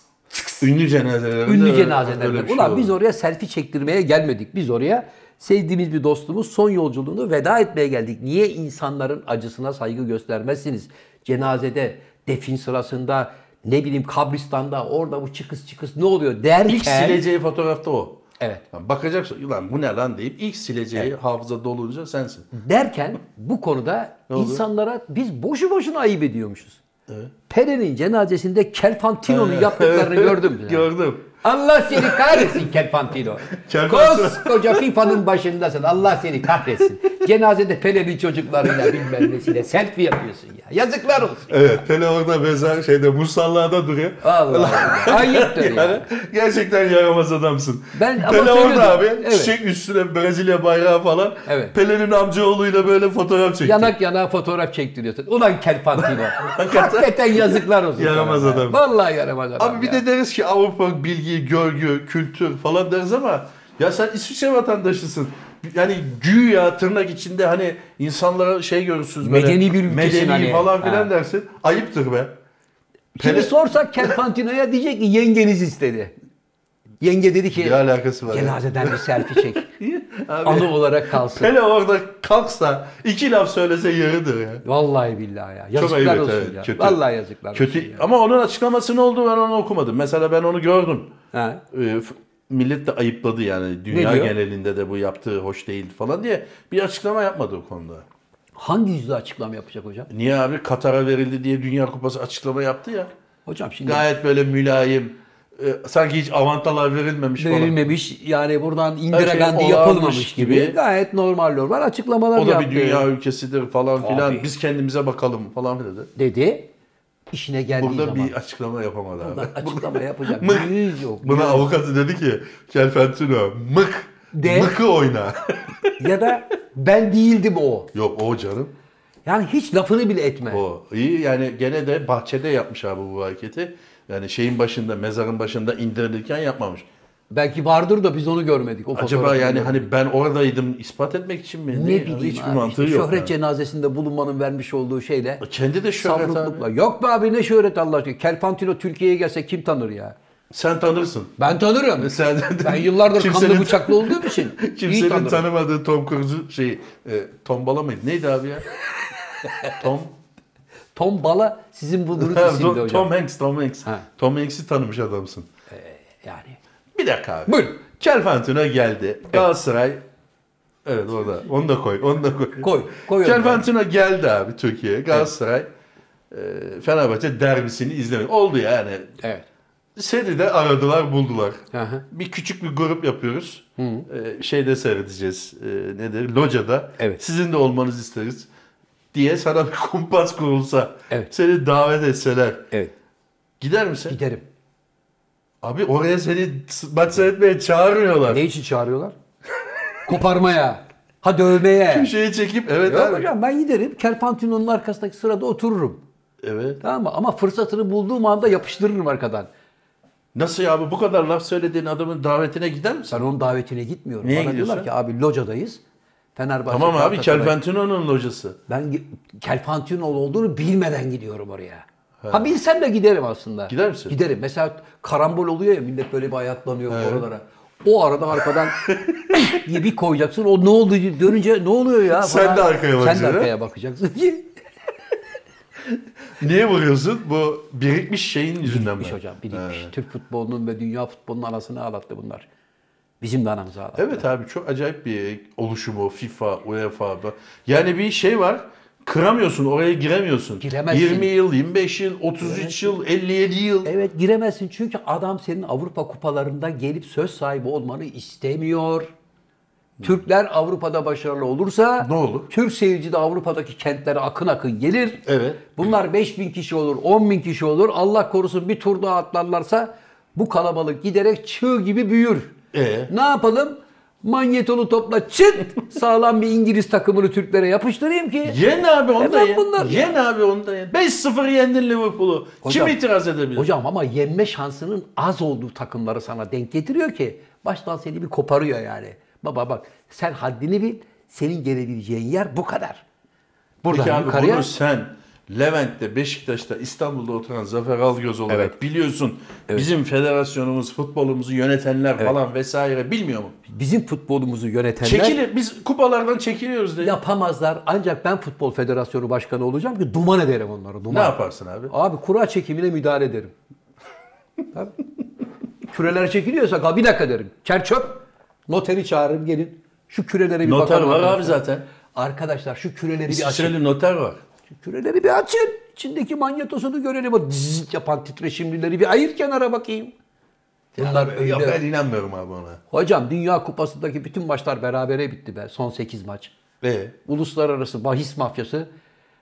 Speaker 2: Ünlü cenazelerinde.
Speaker 1: Ünlü
Speaker 2: öyle- öyle
Speaker 1: cenazelerde.
Speaker 2: bir şey
Speaker 1: Ulan
Speaker 2: olur.
Speaker 1: biz oraya selfie çektirmeye gelmedik. Biz oraya sevdiğimiz bir dostumuz son yolculuğunu veda etmeye geldik. Niye insanların acısına saygı göstermezsiniz? Cenazede, defin sırasında, ne bileyim kabristanda, orada bu çıkıs çıkıs ne oluyor derken...
Speaker 2: İlk sileceği fotoğrafta o.
Speaker 1: Evet.
Speaker 2: Lan Bakacaksın ulan bu ne lan deyip ilk sileceği hafıza dolunca sensin.
Speaker 1: Derken bu konuda
Speaker 2: oldu?
Speaker 1: insanlara biz boşu boşuna ayıp ediyormuşuz. Pere'nin cenazesinde Kelfantino'nun yaptıklarını gördüm. Yani.
Speaker 2: Gördüm.
Speaker 1: Allah seni kahretsin Kelfantino.
Speaker 2: Kelfantino.
Speaker 1: Koskoca FIFA'nın başındasın. Allah seni kahretsin. Cenazede Pere'nin çocuklarıyla bilmem nesiyle selfie yapıyorsun ya. Yazıklar olsun.
Speaker 2: Evet. Pele orada mezar şeyde musallada duruyor.
Speaker 1: Allah Allah. Ayıptır ya.
Speaker 2: Yani gerçekten yaramaz adamsın.
Speaker 1: Ben ama
Speaker 2: Pele orada abi
Speaker 1: söylüyordum. Evet.
Speaker 2: çiçek üstüne Brezilya bayrağı falan.
Speaker 1: Evet.
Speaker 2: Pele'nin amcaoğluyla böyle fotoğraf çekti.
Speaker 1: Yanak yana fotoğraf çektiriyorsun. Ulan Kelfantino. Hakikaten yazıklar olsun. sana
Speaker 2: Yaramaz
Speaker 1: ya.
Speaker 2: adam.
Speaker 1: Vallahi yaramaz adam
Speaker 2: Abi
Speaker 1: ya.
Speaker 2: bir de deriz ki Avrupa bilgi, görgü, kültür falan deriz ama ya sen İsviçre vatandaşısın. Yani güya tırnak içinde hani insanlara şey görürsünüz böyle.
Speaker 1: Medeni bir ülkesin
Speaker 2: medeni
Speaker 1: hani.
Speaker 2: falan filan
Speaker 1: Ha.
Speaker 2: dersin. Ayıptır be.
Speaker 1: Kimi
Speaker 2: Pele-
Speaker 1: sorsak Kelfantino'ya diyecek ki yengeniz istedi. Yenge dedi ki
Speaker 2: Ne alakası var? ya?
Speaker 1: cenazeden bir selfie çek.
Speaker 2: Abi,
Speaker 1: Anı olarak kalsın.
Speaker 2: Pele orada kalksa iki laf söylese yeridir ya.
Speaker 1: Vallahi billahi ya. Yazıklar
Speaker 2: ayıp,
Speaker 1: olsun
Speaker 2: evet,
Speaker 1: ya.
Speaker 2: kötü.
Speaker 1: Vallahi yazıklar
Speaker 2: Kötü
Speaker 1: olsun şey ya.
Speaker 2: ama onun açıklaması ne oldu ben onu okumadım. Mesela ben onu gördüm.
Speaker 1: Ha.
Speaker 2: Ee, f- millet de ayıpladı yani dünya
Speaker 1: diyor?
Speaker 2: genelinde de bu yaptığı hoş değil falan diye bir açıklama yapmadı o konuda.
Speaker 1: Hangi yüzde açıklama yapacak hocam?
Speaker 2: Niye abi Katar'a verildi diye Dünya Kupası açıklama yaptı ya.
Speaker 1: Hocam şimdi
Speaker 2: Gayet böyle mülayim. e, sanki hiç avantalar verilmemiş falan.
Speaker 1: verilmemiş yani buradan
Speaker 2: Her
Speaker 1: Indira
Speaker 2: şey
Speaker 1: Gandhi
Speaker 2: olağanmış
Speaker 1: yapılmamış gibi.
Speaker 2: gibi.
Speaker 1: Gayet normal normal açıklamalar
Speaker 2: O da
Speaker 1: yaptı.
Speaker 2: bir dünya ülkesidir falan
Speaker 1: Abi.
Speaker 2: filan. Biz kendimize bakalım falan filan dedi.
Speaker 1: Dedi. İşine geldiği
Speaker 2: Burada
Speaker 1: zaman.
Speaker 2: bir açıklama yapamadı abi.
Speaker 1: açıklama yapacak.
Speaker 2: Mık.
Speaker 1: Yüz yok.
Speaker 2: Buna avukatı dedi ki Kelfentino mık.
Speaker 1: De.
Speaker 2: Mıkı oyna.
Speaker 1: Ya da ben değildim o.
Speaker 2: Yok o canım.
Speaker 1: Yani hiç lafını bile etme.
Speaker 2: O iyi yani gene de bahçede yapmış abi bu hareketi. Yani şeyin başında, mezarın başında indirilirken yapmamış.
Speaker 1: Belki vardır da biz onu görmedik. O
Speaker 2: Acaba
Speaker 1: fotoğrafı
Speaker 2: yani
Speaker 1: görmedik.
Speaker 2: hani ben oradaydım ispat etmek için mi?
Speaker 1: ne
Speaker 2: Değil,
Speaker 1: bileyim
Speaker 2: Hiçbir
Speaker 1: abi
Speaker 2: mantığı
Speaker 1: işte
Speaker 2: yok.
Speaker 1: Şöhret
Speaker 2: yani.
Speaker 1: cenazesinde bulunmanın vermiş olduğu şeyle.
Speaker 2: Kendi de şöhret abi.
Speaker 1: Savrukla. Yok be abi ne şöhret Allah aşkına. Kerpantino Türkiye'ye gelse kim tanır ya?
Speaker 2: Sen tanırsın.
Speaker 1: Ben tanırım.
Speaker 2: Sen,
Speaker 1: Ben yıllardır
Speaker 2: Kimsenin-
Speaker 1: kanlı bıçaklı olduğum için iyi
Speaker 2: Kimsenin
Speaker 1: tanırım.
Speaker 2: tanımadığı Tom Cruise'u şey, e, tombala mıydı? Neydi abi ya? Tom,
Speaker 1: Tom Bala sizin bulduğunuz
Speaker 2: Ha,
Speaker 1: isimdi
Speaker 2: Tom,
Speaker 1: hocam.
Speaker 2: Tom Hanks, Tom Hanks.
Speaker 1: Ha.
Speaker 2: Tom Hanks'i tanımış adamsın.
Speaker 1: Yani.
Speaker 2: Bir dakika abi.
Speaker 1: Buyurun.
Speaker 2: Kelfantino geldi. Galatasaray Evet orada. Onu da koy. Onu da koy.
Speaker 1: Koy, koyuyorum
Speaker 2: Kelfantino geldi abi Türkiye'ye. Galatasaray e, Fenerbahçe derbisini izlemek. Oldu yani.
Speaker 1: Evet.
Speaker 2: Seni de aradılar buldular.
Speaker 1: Hı hı.
Speaker 2: Bir küçük bir grup yapıyoruz. E, şeyde seyredeceğiz. E, nedir? Loca'da.
Speaker 1: Evet.
Speaker 2: Sizin de olmanızı isteriz. Diye sana bir kumpas kurulsa.
Speaker 1: Evet.
Speaker 2: Seni davet etseler.
Speaker 1: Evet.
Speaker 2: Gider misin?
Speaker 1: Giderim.
Speaker 2: Abi oraya seni maç seyretmeye çağırmıyorlar.
Speaker 1: Ne için çağırıyorlar? Koparmaya. Ha dövmeye.
Speaker 2: Köşeye çekip evet
Speaker 1: Yok
Speaker 2: abi.
Speaker 1: hocam ben giderim. Kerpantino'nun arkasındaki sırada otururum.
Speaker 2: Evet.
Speaker 1: Tamam mı? Ama fırsatını bulduğum anda yapıştırırım arkadan.
Speaker 2: Nasıl ya abi bu kadar laf söylediğin adamın davetine gider misin?
Speaker 1: Ben onun davetine gitmiyorum.
Speaker 2: Niye
Speaker 1: Bana diyorlar
Speaker 2: gidiyorsun?
Speaker 1: ki abi locadayız. Fenerbahçe
Speaker 2: Tamam abi
Speaker 1: Galatasaray-
Speaker 2: Kelventino'nun locası.
Speaker 1: Ben ge- Kelfantinoğlu olduğunu bilmeden gidiyorum oraya. Ha bilsem de giderim aslında.
Speaker 2: Gider misin?
Speaker 1: Giderim. Mesela karambol oluyor ya millet böyle bir ayaklanıyor oralara. O arada arkadan diye bir koyacaksın. O ne oldu diye dönünce ne oluyor ya?
Speaker 2: Sen
Speaker 1: falan.
Speaker 2: de arkaya bakacaksın,
Speaker 1: Sen de
Speaker 2: ha?
Speaker 1: arkaya bakacaksın ki.
Speaker 2: Niye vuruyorsun? Bu birikmiş şeyin yüzünden mi?
Speaker 1: Bitmiş hocam birikmiş. Türk futbolunun ve dünya futbolunun anasını ağlattı bunlar. Bizim de anamızı ağlattı.
Speaker 2: Evet abi çok acayip bir oluşumu FIFA, UEFA. Yani bir şey var. Kıramıyorsun, oraya giremiyorsun.
Speaker 1: Giremezsin. E,
Speaker 2: 20 yıl, 25 yıl, 33 yıl, 57 yıl.
Speaker 1: Evet giremezsin çünkü adam senin Avrupa kupalarında gelip söz sahibi olmanı istemiyor. Türkler Avrupa'da başarılı olursa
Speaker 2: Ne olur?
Speaker 1: Türk seyirci de Avrupa'daki kentlere akın akın gelir.
Speaker 2: Evet.
Speaker 1: Bunlar 5000 kişi olur, 10 bin kişi olur. Allah korusun bir tur daha atlarlarsa bu kalabalık giderek çığ gibi büyür.
Speaker 2: Ee?
Speaker 1: Ne yapalım? Manyetolu topla çıt sağlam bir İngiliz takımını Türklere yapıştırayım ki.
Speaker 2: Yen abi onu da
Speaker 1: Hemen
Speaker 2: yen.
Speaker 1: bunlar ya.
Speaker 2: Yen abi onu da yen. 5-0 yendin Liverpool'u.
Speaker 1: Hocam-
Speaker 2: Kim itiraz edebilir?
Speaker 1: Hocam ama yenme şansının az olduğu takımları sana denk getiriyor ki baştan seni bir koparıyor yani. Baba bak sen haddini bil. Senin gelebileceğin yer bu kadar. Buradan
Speaker 2: Peki abi
Speaker 1: yukarıya
Speaker 2: bunu sen Levent'te, Beşiktaş'ta, İstanbul'da oturan Zafer Algöz olarak
Speaker 1: Evet.
Speaker 2: biliyorsun bizim federasyonumuz, futbolumuzu yönetenler falan vesaire bilmiyor mu?
Speaker 1: Bizim futbolumuzu yönetenler
Speaker 2: Çekilir, biz kupalardan çekiliyoruz dedi.
Speaker 1: yapamazlar. Ancak ben futbol federasyonu başkanı olacağım ki duman ederim onları.
Speaker 2: Ne
Speaker 1: Duman.
Speaker 2: yaparsın abi?
Speaker 1: Abi kura çekimine müdahale ederim. Tabii. Küreler çekiliyorsa "Ka- bir dakika derim. Çerçöp. Noteri çağırırım gelin. Şu kürelere bir
Speaker 2: Noter
Speaker 1: bakalım.
Speaker 2: var abi
Speaker 1: arkadaşlar.
Speaker 2: zaten.
Speaker 1: Arkadaşlar şu küreleri bir açın.
Speaker 2: İsviçreli noter var.
Speaker 1: Şu küreleri bir açın. İçindeki manyetosunu görelim. O zzz yapan titreşimlileri bir ayır kenara bakayım. Bunlar öyle.
Speaker 2: Ya ben inanmıyorum abi ona.
Speaker 1: Hocam Dünya Kupası'ndaki bütün maçlar berabere bitti be. Son 8 maç.
Speaker 2: Ve
Speaker 1: Uluslararası bahis mafyası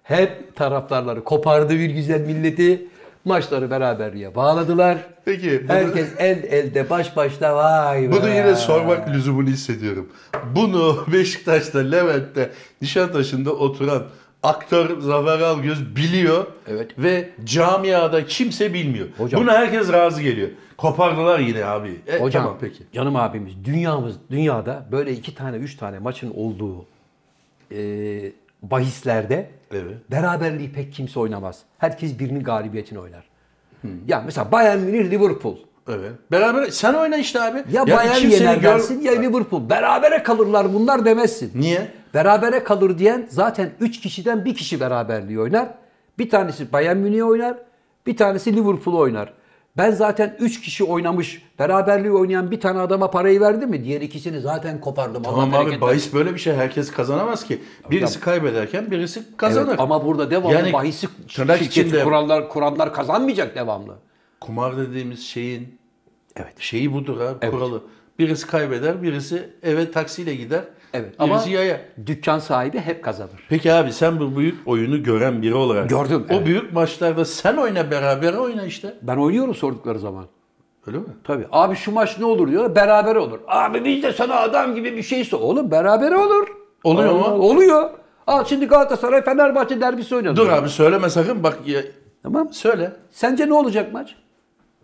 Speaker 1: hep taraftarları kopardı bir güzel milleti. Maçları beraberliğe bağladılar.
Speaker 2: Peki, bunu-
Speaker 1: Herkes el elde baş başta vay be.
Speaker 2: Bunu yine sormak lüzumunu hissediyorum. Bunu Beşiktaş'ta, Levent'te, Nişantaşı'nda oturan aktör Zafer Algöz biliyor
Speaker 1: Evet.
Speaker 2: ve camiada kimse bilmiyor.
Speaker 1: Hocam-
Speaker 2: Buna herkes razı geliyor. Kopardılar yine abi. E,
Speaker 1: Hocam
Speaker 2: Tamam peki.
Speaker 1: canım abimiz dünyamız dünyada böyle iki tane üç tane maçın olduğu e, bahislerde
Speaker 2: Evet.
Speaker 1: beraberliği pek kimse oynamaz. Herkes birinin galibiyetini oynar. Ya mesela Bayern Münih Liverpool.
Speaker 2: Evet. Beraber sen oyna işte abi.
Speaker 1: Ya, Bayern
Speaker 2: kimsenin
Speaker 1: yener
Speaker 2: gör-
Speaker 1: dersin ya Liverpool. Berabere kalırlar bunlar demezsin.
Speaker 2: Niye?
Speaker 1: Berabere kalır diyen zaten 3 kişiden bir kişi beraberliği oynar. Bir tanesi Bayern Münih oynar, bir tanesi Liverpool oynar. Ben zaten 3 kişi oynamış, beraberliği oynayan bir tane adama parayı verdi mi? Diğer ikisini zaten kopardım. Allah
Speaker 2: Tamam abi
Speaker 1: bereket versin.
Speaker 2: bahis böyle bir şey herkes kazanamaz ki. Birisi kaybederken birisi kazanır.
Speaker 1: Evet, ama burada devamlı
Speaker 2: Yani
Speaker 1: bahisi
Speaker 2: tırnak
Speaker 1: şirket
Speaker 2: içinde-
Speaker 1: kuranlar, kuranlar kazanmayacak devamlı.
Speaker 2: kumar dediğimiz şeyin
Speaker 1: Evet.
Speaker 2: şeyi budur abi kuralı. Birisi kaybeder, birisi eve taksiyle gider.
Speaker 1: Evet.
Speaker 2: Birisi
Speaker 1: Ama
Speaker 2: yaya.
Speaker 1: dükkan sahibi hep kazanır.
Speaker 2: Peki abi sen bu büyük oyunu gören biri olarak
Speaker 1: Gördüm,
Speaker 2: O
Speaker 1: evet.
Speaker 2: büyük maçlarda sen oyna beraber oyna işte.
Speaker 1: Ben oynuyorum sordukları zaman.
Speaker 2: Öyle mi?
Speaker 1: Tabii. Abi şu maç ne olur diyor. Beraber olur. Abi biz de sana adam gibi bir şeyse oğlum beraber olur.
Speaker 2: Oluyor mu?
Speaker 1: Oluyor. Al şimdi Galatasaray Fenerbahçe derbisi oynuyoruz.
Speaker 2: Dur abi söyleme sakın bak ya,
Speaker 1: Tamam.
Speaker 2: söyle.
Speaker 1: Sence ne olacak maç?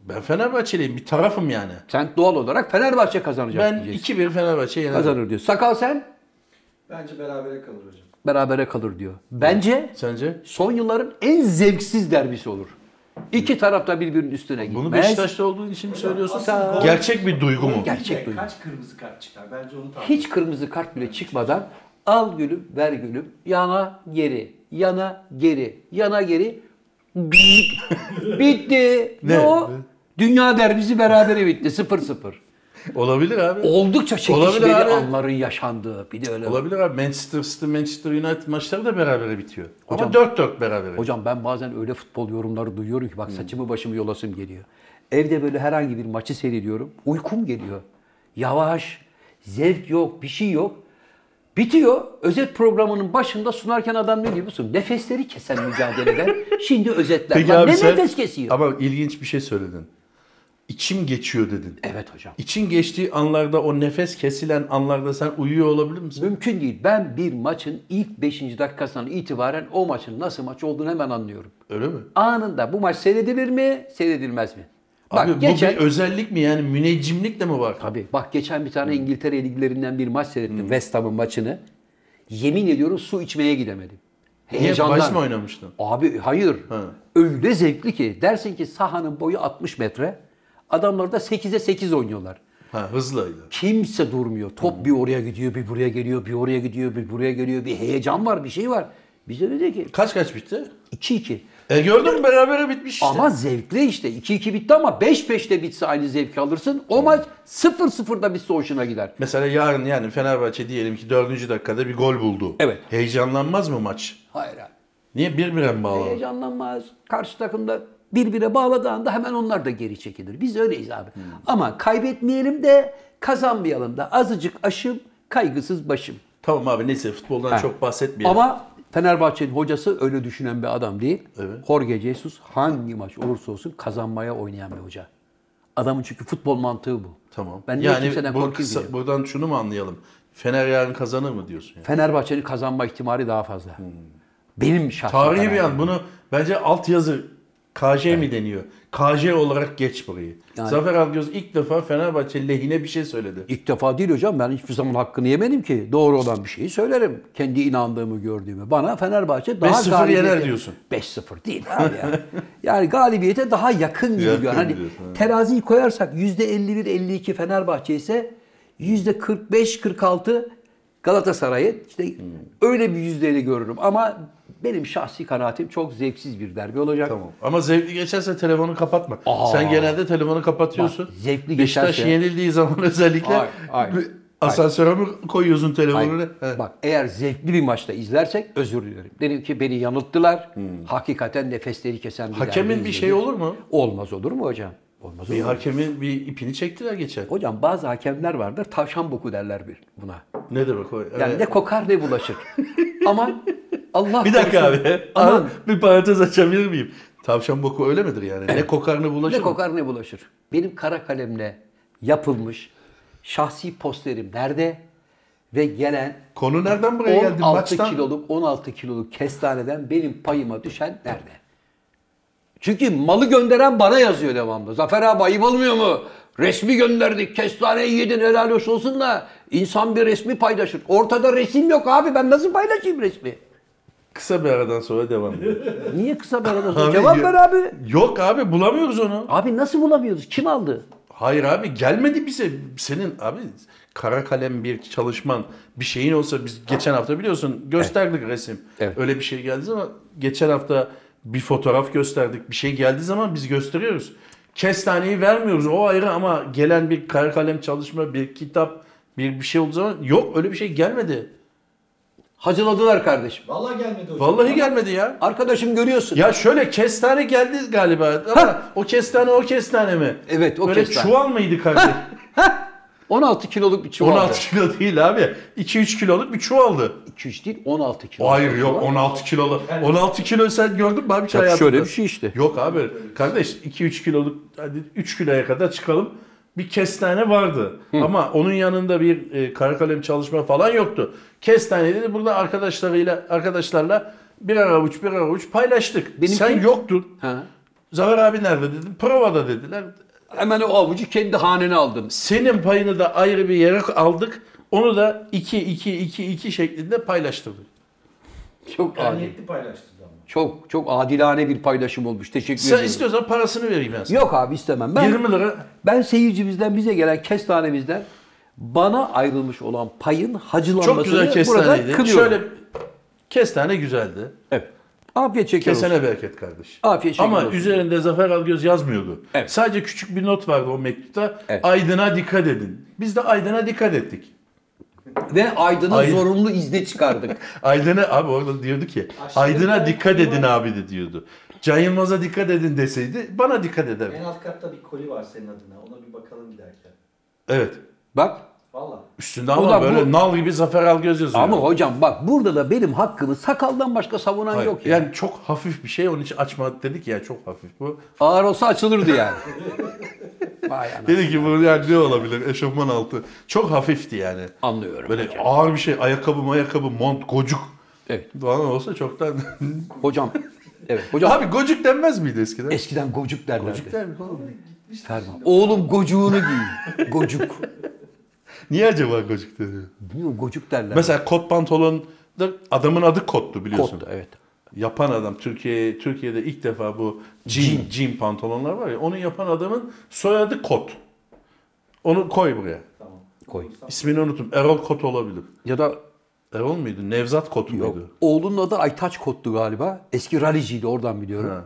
Speaker 2: Ben Fenerbahçeliyim bir tarafım yani.
Speaker 1: Sen doğal olarak Fenerbahçe kazanacak
Speaker 2: Ben
Speaker 1: diyeceksin.
Speaker 2: 2-1 Fenerbahçe yenerim.
Speaker 1: Kazanır diyor. Sakal sen
Speaker 3: Bence berabere kalır hocam.
Speaker 1: berabere kalır diyor. Bence
Speaker 2: Sence?
Speaker 1: son yılların en zevksiz derbisi olur. İki taraf da birbirinin üstüne gitmez.
Speaker 2: Bunu Beşiktaş'ta olduğun için mi söylüyorsun?
Speaker 3: Aslında gol-
Speaker 2: Gerçek bir duygu mu?
Speaker 3: gol
Speaker 1: Gerçek
Speaker 3: değil de
Speaker 1: duygu.
Speaker 3: Kaç kırmızı kart çıkar? Bence onu tahmin
Speaker 1: Hiç kırmızı kart bile çıkmadan al gülüm ver gülüm yana geri yana geri yana geri bitti. Ne,
Speaker 2: Ne?
Speaker 1: o? Dünya derbisi berabere bitti 0-0.
Speaker 2: Olabilir abi.
Speaker 1: Oldukça
Speaker 2: Olabilir
Speaker 1: çekişmeli
Speaker 2: abi.
Speaker 1: anların yaşandığı bir de öyle.
Speaker 2: Olabilir abi. Manchester City, Manchester United maçları da berabere bitiyor.
Speaker 1: Hocam-
Speaker 2: Ama 4-4 berabere.
Speaker 1: Hocam ben bazen öyle futbol yorumları duyuyorum ki bak saçımı başımı yolasım geliyor. Evde böyle herhangi bir maçı seyrediyorum. Uykum geliyor. Yavaş, zevk yok, bir şey yok. Bitiyor. Özet programının başında sunarken adam ne diyor musun? Nefesleri kesen mücadeleden şimdi özetler. Lan ne nefes kesiyor?
Speaker 2: Ama ilginç bir şey söyledin. İçim geçiyor dedin.
Speaker 1: Evet hocam.
Speaker 2: İçin geçtiği anlarda o nefes kesilen anlarda sen uyuyor olabilir misin?
Speaker 1: Mümkün değil. Ben bir maçın ilk 5. dakikasından itibaren o maçın nasıl maç olduğunu hemen anlıyorum.
Speaker 2: Öyle mi?
Speaker 1: Anında bu maç seyredilir mi, seyredilmez mi? Bak
Speaker 2: Abi
Speaker 1: geçen
Speaker 2: bu bir özellik mi yani müneccimlik de mi var?
Speaker 1: Tabii. Bak geçen bir
Speaker 2: Hmm.
Speaker 1: tane İngiltere liglerinden bir maç seyrettim. West Ham'ın maçını. Yemin ediyorum su içmeye gidemedim.
Speaker 2: Niye
Speaker 1: Heyecandan.
Speaker 2: bahis mi oynamıştın?
Speaker 1: Abi hayır.
Speaker 2: Ha.
Speaker 1: Öyle zevkli ki. Dersin ki sahanın boyu 60 metre. Adamlar da 8'e 8 oynuyorlar.
Speaker 2: Ha hızlıydı.
Speaker 1: Kimse durmuyor. Top
Speaker 2: Hmm.
Speaker 1: bir oraya gidiyor, bir buraya geliyor, bir oraya gidiyor, bir buraya geliyor. Bir heyecan var, bir şey var. Bize dedi ki
Speaker 2: Kaç kaç bitti?
Speaker 1: 2-2.
Speaker 2: E gördün mü berabere bitmiş işte.
Speaker 1: Ama zevkli işte. 2-2 bitti ama 5-5'te bitse aynı zevki alırsın.
Speaker 2: Hmm.
Speaker 1: O maç 0-0'da bitse hoşuna gider.
Speaker 2: Mesela yarın yani Fenerbahçe diyelim ki 4. dakikada bir gol buldu.
Speaker 1: Evet.
Speaker 2: Heyecanlanmaz mı maç?
Speaker 1: Hayır abi.
Speaker 2: Niye birbirine mi
Speaker 1: Ee,
Speaker 2: bağlı?
Speaker 1: Heyecanlanmaz. Karşı takımda birbirine bağladığı anda hemen onlar da geri çekilir. Biz öyleyiz abi.
Speaker 2: Hmm.
Speaker 1: Ama kaybetmeyelim de kazanmayalım da azıcık aşım kaygısız başım.
Speaker 2: Tamam abi neyse futboldan
Speaker 1: Ha.
Speaker 2: çok bahsetmeyelim.
Speaker 1: Ama Fenerbahçe'nin hocası öyle düşünen bir adam değil.
Speaker 2: Evet.
Speaker 1: Jorge Jesus hangi maç olursa olsun kazanmaya oynayan bir hoca. Adamın çünkü futbol mantığı bu.
Speaker 2: Tamam.
Speaker 1: Ben niye kimseden
Speaker 2: yani bu
Speaker 1: korkayım
Speaker 2: kısa-
Speaker 1: diye.
Speaker 2: buradan şunu mu anlayalım? Fener yarın kazanır mı diyorsun? Yani?
Speaker 1: Fenerbahçe'nin
Speaker 2: Hmm.
Speaker 1: kazanma ihtimali daha fazla. Benim şahsi
Speaker 2: Tarihi bir
Speaker 1: kararım.
Speaker 2: an. Bunu bence altyazı KJ mi deniyor? KJ olarak geç burayı.
Speaker 1: Yani-
Speaker 2: Zafer Algöz ilk defa Fenerbahçe lehine bir şey söyledi.
Speaker 1: İlk defa değil hocam ben hiçbir zaman hakkını yemedim ki. Doğru olan bir şeyi söylerim. Kendi inandığımı gördüğümü. Bana Fenerbahçe daha
Speaker 2: 5-0
Speaker 1: galibiyete-
Speaker 2: yener diyorsun.
Speaker 1: 5-0 değil abi ya. yani galibiyete daha yakın gibi
Speaker 2: Yakın
Speaker 1: görünüyor. Hani
Speaker 2: diyorsun, evet.
Speaker 1: teraziyi koyarsak %51-52 Fenerbahçe ise %45-46 Galatasaray'ı işte
Speaker 2: Hmm.
Speaker 1: öyle bir yüzdeyle görürüm. Ama benim şahsi kanaatim çok zevksiz bir derbi olacak.
Speaker 2: Tamam. Ama zevkli geçerse telefonu kapatma.
Speaker 1: Aa.
Speaker 2: Sen genelde telefonu kapatıyorsun.
Speaker 1: Bak, zevkli
Speaker 2: Beşiktaş
Speaker 1: geçerse-
Speaker 2: yenildiği zaman özellikle
Speaker 1: Ay, ay,
Speaker 2: bir
Speaker 1: ay.
Speaker 2: asansöre mi koyuyorsun
Speaker 1: Hayır.
Speaker 2: telefonunu? He.
Speaker 1: Bak eğer zevkli bir maçta izlersek özür dilerim. Dedim ki beni yanılttılar. Hakikaten nefesleri kesen bir derbi
Speaker 2: Hmm. Hakemin bir
Speaker 1: izledik.
Speaker 2: şey olur mu?
Speaker 1: Olmaz olur mu hocam? Olmaz olur
Speaker 2: Bir
Speaker 1: mu?
Speaker 2: hakemin bir ipini çektiler geçen.
Speaker 1: Hocam bazı hakemler vardır tavşan boku derler bir buna.
Speaker 2: Ne demek o? Evet.
Speaker 1: Yani ne kokar ne bulaşır. Aman Allah
Speaker 2: Bir dakika
Speaker 1: korusun.
Speaker 2: abi.
Speaker 1: Aman
Speaker 2: Bir parantez açabilir miyim? Tavşan boku öyle midir yani? Ne kokar ne bulaşır.
Speaker 1: ne
Speaker 2: mı?
Speaker 1: kokar ne bulaşır. Benim kara kalemle yapılmış şahsi posterim nerede? Ve gelen
Speaker 2: Konu nereden buraya geldi?
Speaker 1: 16
Speaker 2: Maçtan
Speaker 1: kiloluk 16 kiloluk kestaneden benim payıma düşen nerede? Çünkü malı gönderen bana yazıyor devamlı. Zafer abi ayıp olmuyor mu? Resmi gönderdik. Kestaneyi yedin helal hoş olsun da insan bir resmi paylaşır. Ortada resim yok abi. Ben nasıl paylaşayım resmi?
Speaker 2: kısa bir aradan sonra devam ediyor.
Speaker 1: Niye kısa bir arada sonra?
Speaker 2: Abi
Speaker 1: Cevap
Speaker 2: ya-
Speaker 1: ver abi.
Speaker 2: Yok abi bulamıyoruz onu.
Speaker 1: Abi nasıl bulamıyoruz? Kim aldı?
Speaker 2: Hayır abi gelmedi bize. Senin abi kara kalem bir çalışman bir şeyin olsa biz geçen hafta biliyorsun gösterdik resim.
Speaker 1: Evet.
Speaker 2: Öyle bir şey geldi ama geçen hafta bir fotoğraf gösterdik. Bir şey geldiği zaman biz gösteriyoruz. Kestaneyi vermiyoruz o ayrı ama gelen bir kara kalem çalışma, bir kitap, bir bir şey olduğu zaman yok öyle bir şey gelmedi.
Speaker 1: Hacıladılar kardeşim.
Speaker 3: Vallahi gelmedi hocam.
Speaker 2: Vallahi gelmedi ya.
Speaker 1: Arkadaşım görüyorsun.
Speaker 2: Ya şöyle kestane geldi galiba ama o kestane o kestane mi?
Speaker 1: Evet, o
Speaker 2: Böyle
Speaker 1: kestane.
Speaker 2: çuval mıydı kardeşim?
Speaker 1: 16 kiloluk bir çuval.
Speaker 2: 16 kilo değil abi. 2-3 kiloluk bir çuvaldı.
Speaker 1: 2-3 değil 16 kilo.
Speaker 2: Hayır yok 16 kilolu. 16 kilo sen gördün mü abi hiç hayatında?
Speaker 1: Şöyle bir şey işte.
Speaker 2: Yok abi kardeş 2-3 kiloluk hadi 3 kiloya kadar çıkalım. Bir kestane vardı ama onun yanında bir e, kara kalem çalışma falan yoktu. Kestane dedi burada arkadaşlarıyla arkadaşlarla bir avuç bir avuç paylaştık.
Speaker 1: Benimki-
Speaker 2: Sen yoktun.
Speaker 1: Ha.
Speaker 2: Zafer abi nerede dedim. Provada dediler.
Speaker 1: Hemen o avucu kendi hanene aldım.
Speaker 2: Senin payını da ayrı bir yere aldık. Onu da 2 2 2 2 şeklinde paylaştırdık.
Speaker 1: Çok adil.
Speaker 3: Emniyetli paylaştırdı ama.
Speaker 1: Çok çok adilane bir paylaşım olmuş. Teşekkür
Speaker 2: Sen
Speaker 1: ederim.
Speaker 2: istiyorsan parasını vereyim ben sana.
Speaker 1: Yok abi istemem. Ben
Speaker 2: 20 lira
Speaker 1: ben seyircimizden bize gelen kestanemizden bana ayrılmış olan payın hacılanmasını
Speaker 2: çok güzel
Speaker 1: burada
Speaker 2: kestaneydi.
Speaker 1: kınıyorum.
Speaker 2: Şöyle kestane güzeldi.
Speaker 1: Evet. Afiyet şeker olsun.
Speaker 2: Kesene bereket kardeş.
Speaker 1: Afiyet şeker
Speaker 2: Ama
Speaker 1: olsun.
Speaker 2: üzerinde Zafer Algöz yazmıyordu.
Speaker 1: Evet.
Speaker 2: Sadece küçük bir not vardı o mektupta.
Speaker 1: Evet.
Speaker 2: Aydın'a dikkat edin. Biz de Aydın'a dikkat ettik.
Speaker 1: Ve Aydın'ı
Speaker 2: Aydın.
Speaker 1: zorunlu izne çıkardık.
Speaker 2: Aydın'a abi orada diyordu ki
Speaker 3: Aşırı
Speaker 2: Aydın'a
Speaker 3: bir-
Speaker 2: dikkat edin abi de diyordu. Can Yılmaz'a dikkat edin deseydi bana dikkat eder.
Speaker 3: En alt katta bir koli var senin adına. Ona bir bakalım giderken.
Speaker 2: Evet.
Speaker 1: Bak
Speaker 3: Vallahi.
Speaker 2: Üstünde
Speaker 1: Ulan
Speaker 2: ama
Speaker 1: bu-
Speaker 2: böyle nal gibi Zafer Algöz yazıyor.
Speaker 1: ama hocam bak burada da benim hakkımı sakaldan başka savunan
Speaker 2: Hayır,
Speaker 1: yok ya.
Speaker 2: yani. çok hafif bir şey onun için açma dedik ya çok hafif bu.
Speaker 1: Ağır olsa açılırdı yani. Vay anam.
Speaker 2: Dedi ki bu yani ne olabilir eşofman altı. Çok hafifti yani.
Speaker 1: Anlıyorum.
Speaker 2: Böyle
Speaker 1: hocam.
Speaker 2: ağır bir şey ayakkabı mayakkabı mont gocuk.
Speaker 1: Evet.
Speaker 2: Doğan olsa çoktan.
Speaker 1: Hocam. Evet. Hocam
Speaker 2: Abi gocuk denmez miydi eskiden?
Speaker 1: eskiden gocuk derlerdi.
Speaker 2: gocuk dermiş oğlum.
Speaker 1: Ferman. Oğlum gocuğunu giy. Gocuk.
Speaker 2: Niye acaba gocuk dedi?
Speaker 1: Bilmiyorum gocuk derler.
Speaker 2: Mesela kot pantolon da adamın adı kottu biliyorsun.
Speaker 1: Kot da, evet.
Speaker 2: Yapan adam Türkiye Türkiye'de ilk defa bu jean, jean pantolonlar var ya onu yapan adamın soyadı kot. Onu koy buraya.
Speaker 3: Tamam.
Speaker 1: Koy.
Speaker 2: İsmini unuttum. Erol Kot olabilir.
Speaker 1: Ya da
Speaker 2: Erol muydu? Nevzat Kot
Speaker 1: yok.
Speaker 2: muydu?
Speaker 1: Oğlunun adı Aytaç Kottu galiba. Eski raliciydi oradan biliyorum.
Speaker 2: Ha.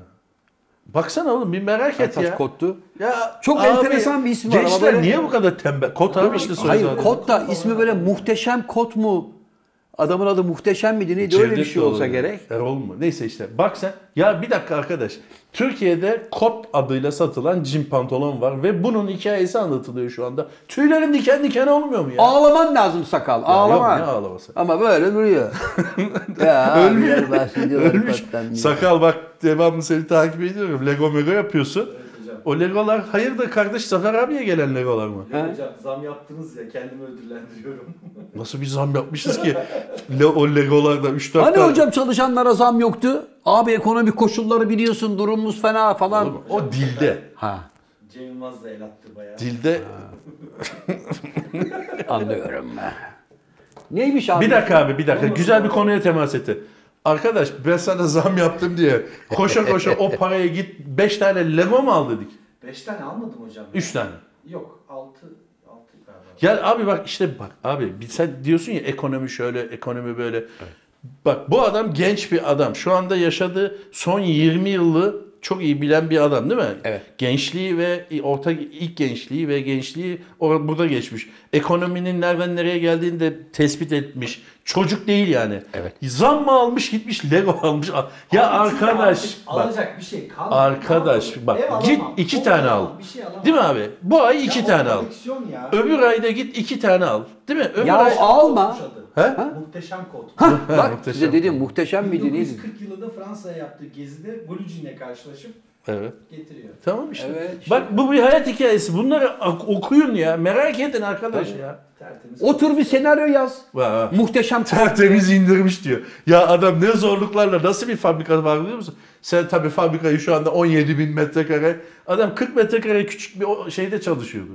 Speaker 2: Baksana oğlum bir merak et
Speaker 1: Aytaç
Speaker 2: ya.
Speaker 1: Kottu.
Speaker 2: Ya
Speaker 1: Çok enteresan bir isim var ama
Speaker 2: Gençler
Speaker 1: böyle-
Speaker 2: niye bu kadar tembel? Kot abi işte soyadı.
Speaker 1: Hayır
Speaker 2: adı.
Speaker 1: Kot da ismi böyle muhteşem Kot mu? Adamın adı muhteşem miydi neydi öyle bir
Speaker 2: Cevdet
Speaker 1: şey
Speaker 2: de
Speaker 1: olsa
Speaker 2: olabilir.
Speaker 1: gerek.
Speaker 2: Erol mu? Neyse işte bak sen. Ya bir dakika arkadaş. Türkiye'de kot adıyla satılan cin pantolon var ve bunun hikayesi anlatılıyor şu anda. Tüylerin diken diken olmuyor mu ya?
Speaker 1: Ağlaman lazım sakal. Ağlama.
Speaker 2: yok, ne ağlaması?
Speaker 1: Ama böyle duruyor. ya abi,
Speaker 2: Ölmüş.
Speaker 1: bahsediyorlar
Speaker 2: Ölmüş.
Speaker 1: Kot'tan.
Speaker 2: Sakal bak devamlı seni takip ediyorum. Lego mego yapıyorsun.
Speaker 3: Evet hocam.
Speaker 4: hocam.
Speaker 2: O legolar hayırdır kardeş Zafer abiye gelen legolar mı?
Speaker 4: Yok hocam zam yaptınız ya kendimi ödüllendiriyorum.
Speaker 2: Nasıl bir zam yapmışız ki? Le, o legolarda 3 4
Speaker 1: Hani hocam çalışanlara zam yoktu? Abi ekonomik koşulları biliyorsun durumumuz fena falan.
Speaker 2: O dilde.
Speaker 1: Ha
Speaker 4: Cem Yılmaz da el attı bayağı.
Speaker 2: Dilde.
Speaker 1: anlıyorum. Neymiş abi?
Speaker 2: Bir dakika abi bir dakika. Güzel bir konuya temas etti. Arkadaş ben sana zam yaptım diye koşa koşa o paraya git 5 tane lego mu al dedik?
Speaker 4: 5 tane almadım hocam.
Speaker 2: 3 tane.
Speaker 4: Yok 6 6 galiba.
Speaker 2: Ya abi bak işte bak abi bir- sen diyorsun ya ekonomi şöyle ekonomi böyle. Bak bu adam genç bir adam. Şu anda yaşadığı son 20 yılı çok iyi bilen bir adam değil mi?
Speaker 1: Evet.
Speaker 2: Gençliği ve orta ilk gençliği ve gençliği orada burada geçmiş. Ekonominin nereden nereye geldiğini de tespit etmiş. Çocuk değil yani.
Speaker 1: Evet.
Speaker 2: Zam mı almış gitmiş Lego almış. Ya
Speaker 4: Artık
Speaker 2: arkadaş
Speaker 4: artık
Speaker 2: bak
Speaker 4: alacak bir şey kalmadı.
Speaker 2: arkadaş
Speaker 4: Tamam.
Speaker 2: bak
Speaker 4: Ev alamam,
Speaker 2: git iki
Speaker 4: okul
Speaker 2: tane al.
Speaker 4: alamam, Bir şey alamam.
Speaker 2: Değil mi abi? Bu ay iki
Speaker 4: Ya o
Speaker 2: tane al.
Speaker 4: Koleksiyon ya.
Speaker 2: Öbür ayda git iki tane al. Değil mi? Öbür
Speaker 1: Ya
Speaker 2: ay...
Speaker 1: o- Alma.
Speaker 4: He?
Speaker 2: He?
Speaker 4: Muhteşem kod.
Speaker 1: Bak
Speaker 2: Muhteşem.
Speaker 1: size dedim muhteşem miydi neydi?
Speaker 4: 1940 yılında Fransa'ya yaptığı gezide Golücin'le karşılaşıp
Speaker 2: Evet.
Speaker 4: getiriyor.
Speaker 2: Tamam işte.
Speaker 1: Evet, işte.
Speaker 2: Bak bu bir hayat hikayesi. Bunları ak- okuyun ya. Merak edin arkadaş ya.
Speaker 4: Tertemiz.
Speaker 1: Otur bir senaryo yaz.
Speaker 2: Vay vay.
Speaker 1: Muhteşem
Speaker 2: Tertemiz indirmiş diyor. Ya adam ne zorluklarla nasıl bir fabrika var biliyor musun? Sen tabii fabrikayı şu anda 17 bin metrekare. Adam 40 metrekare küçük bir o- şeyde çalışıyordu.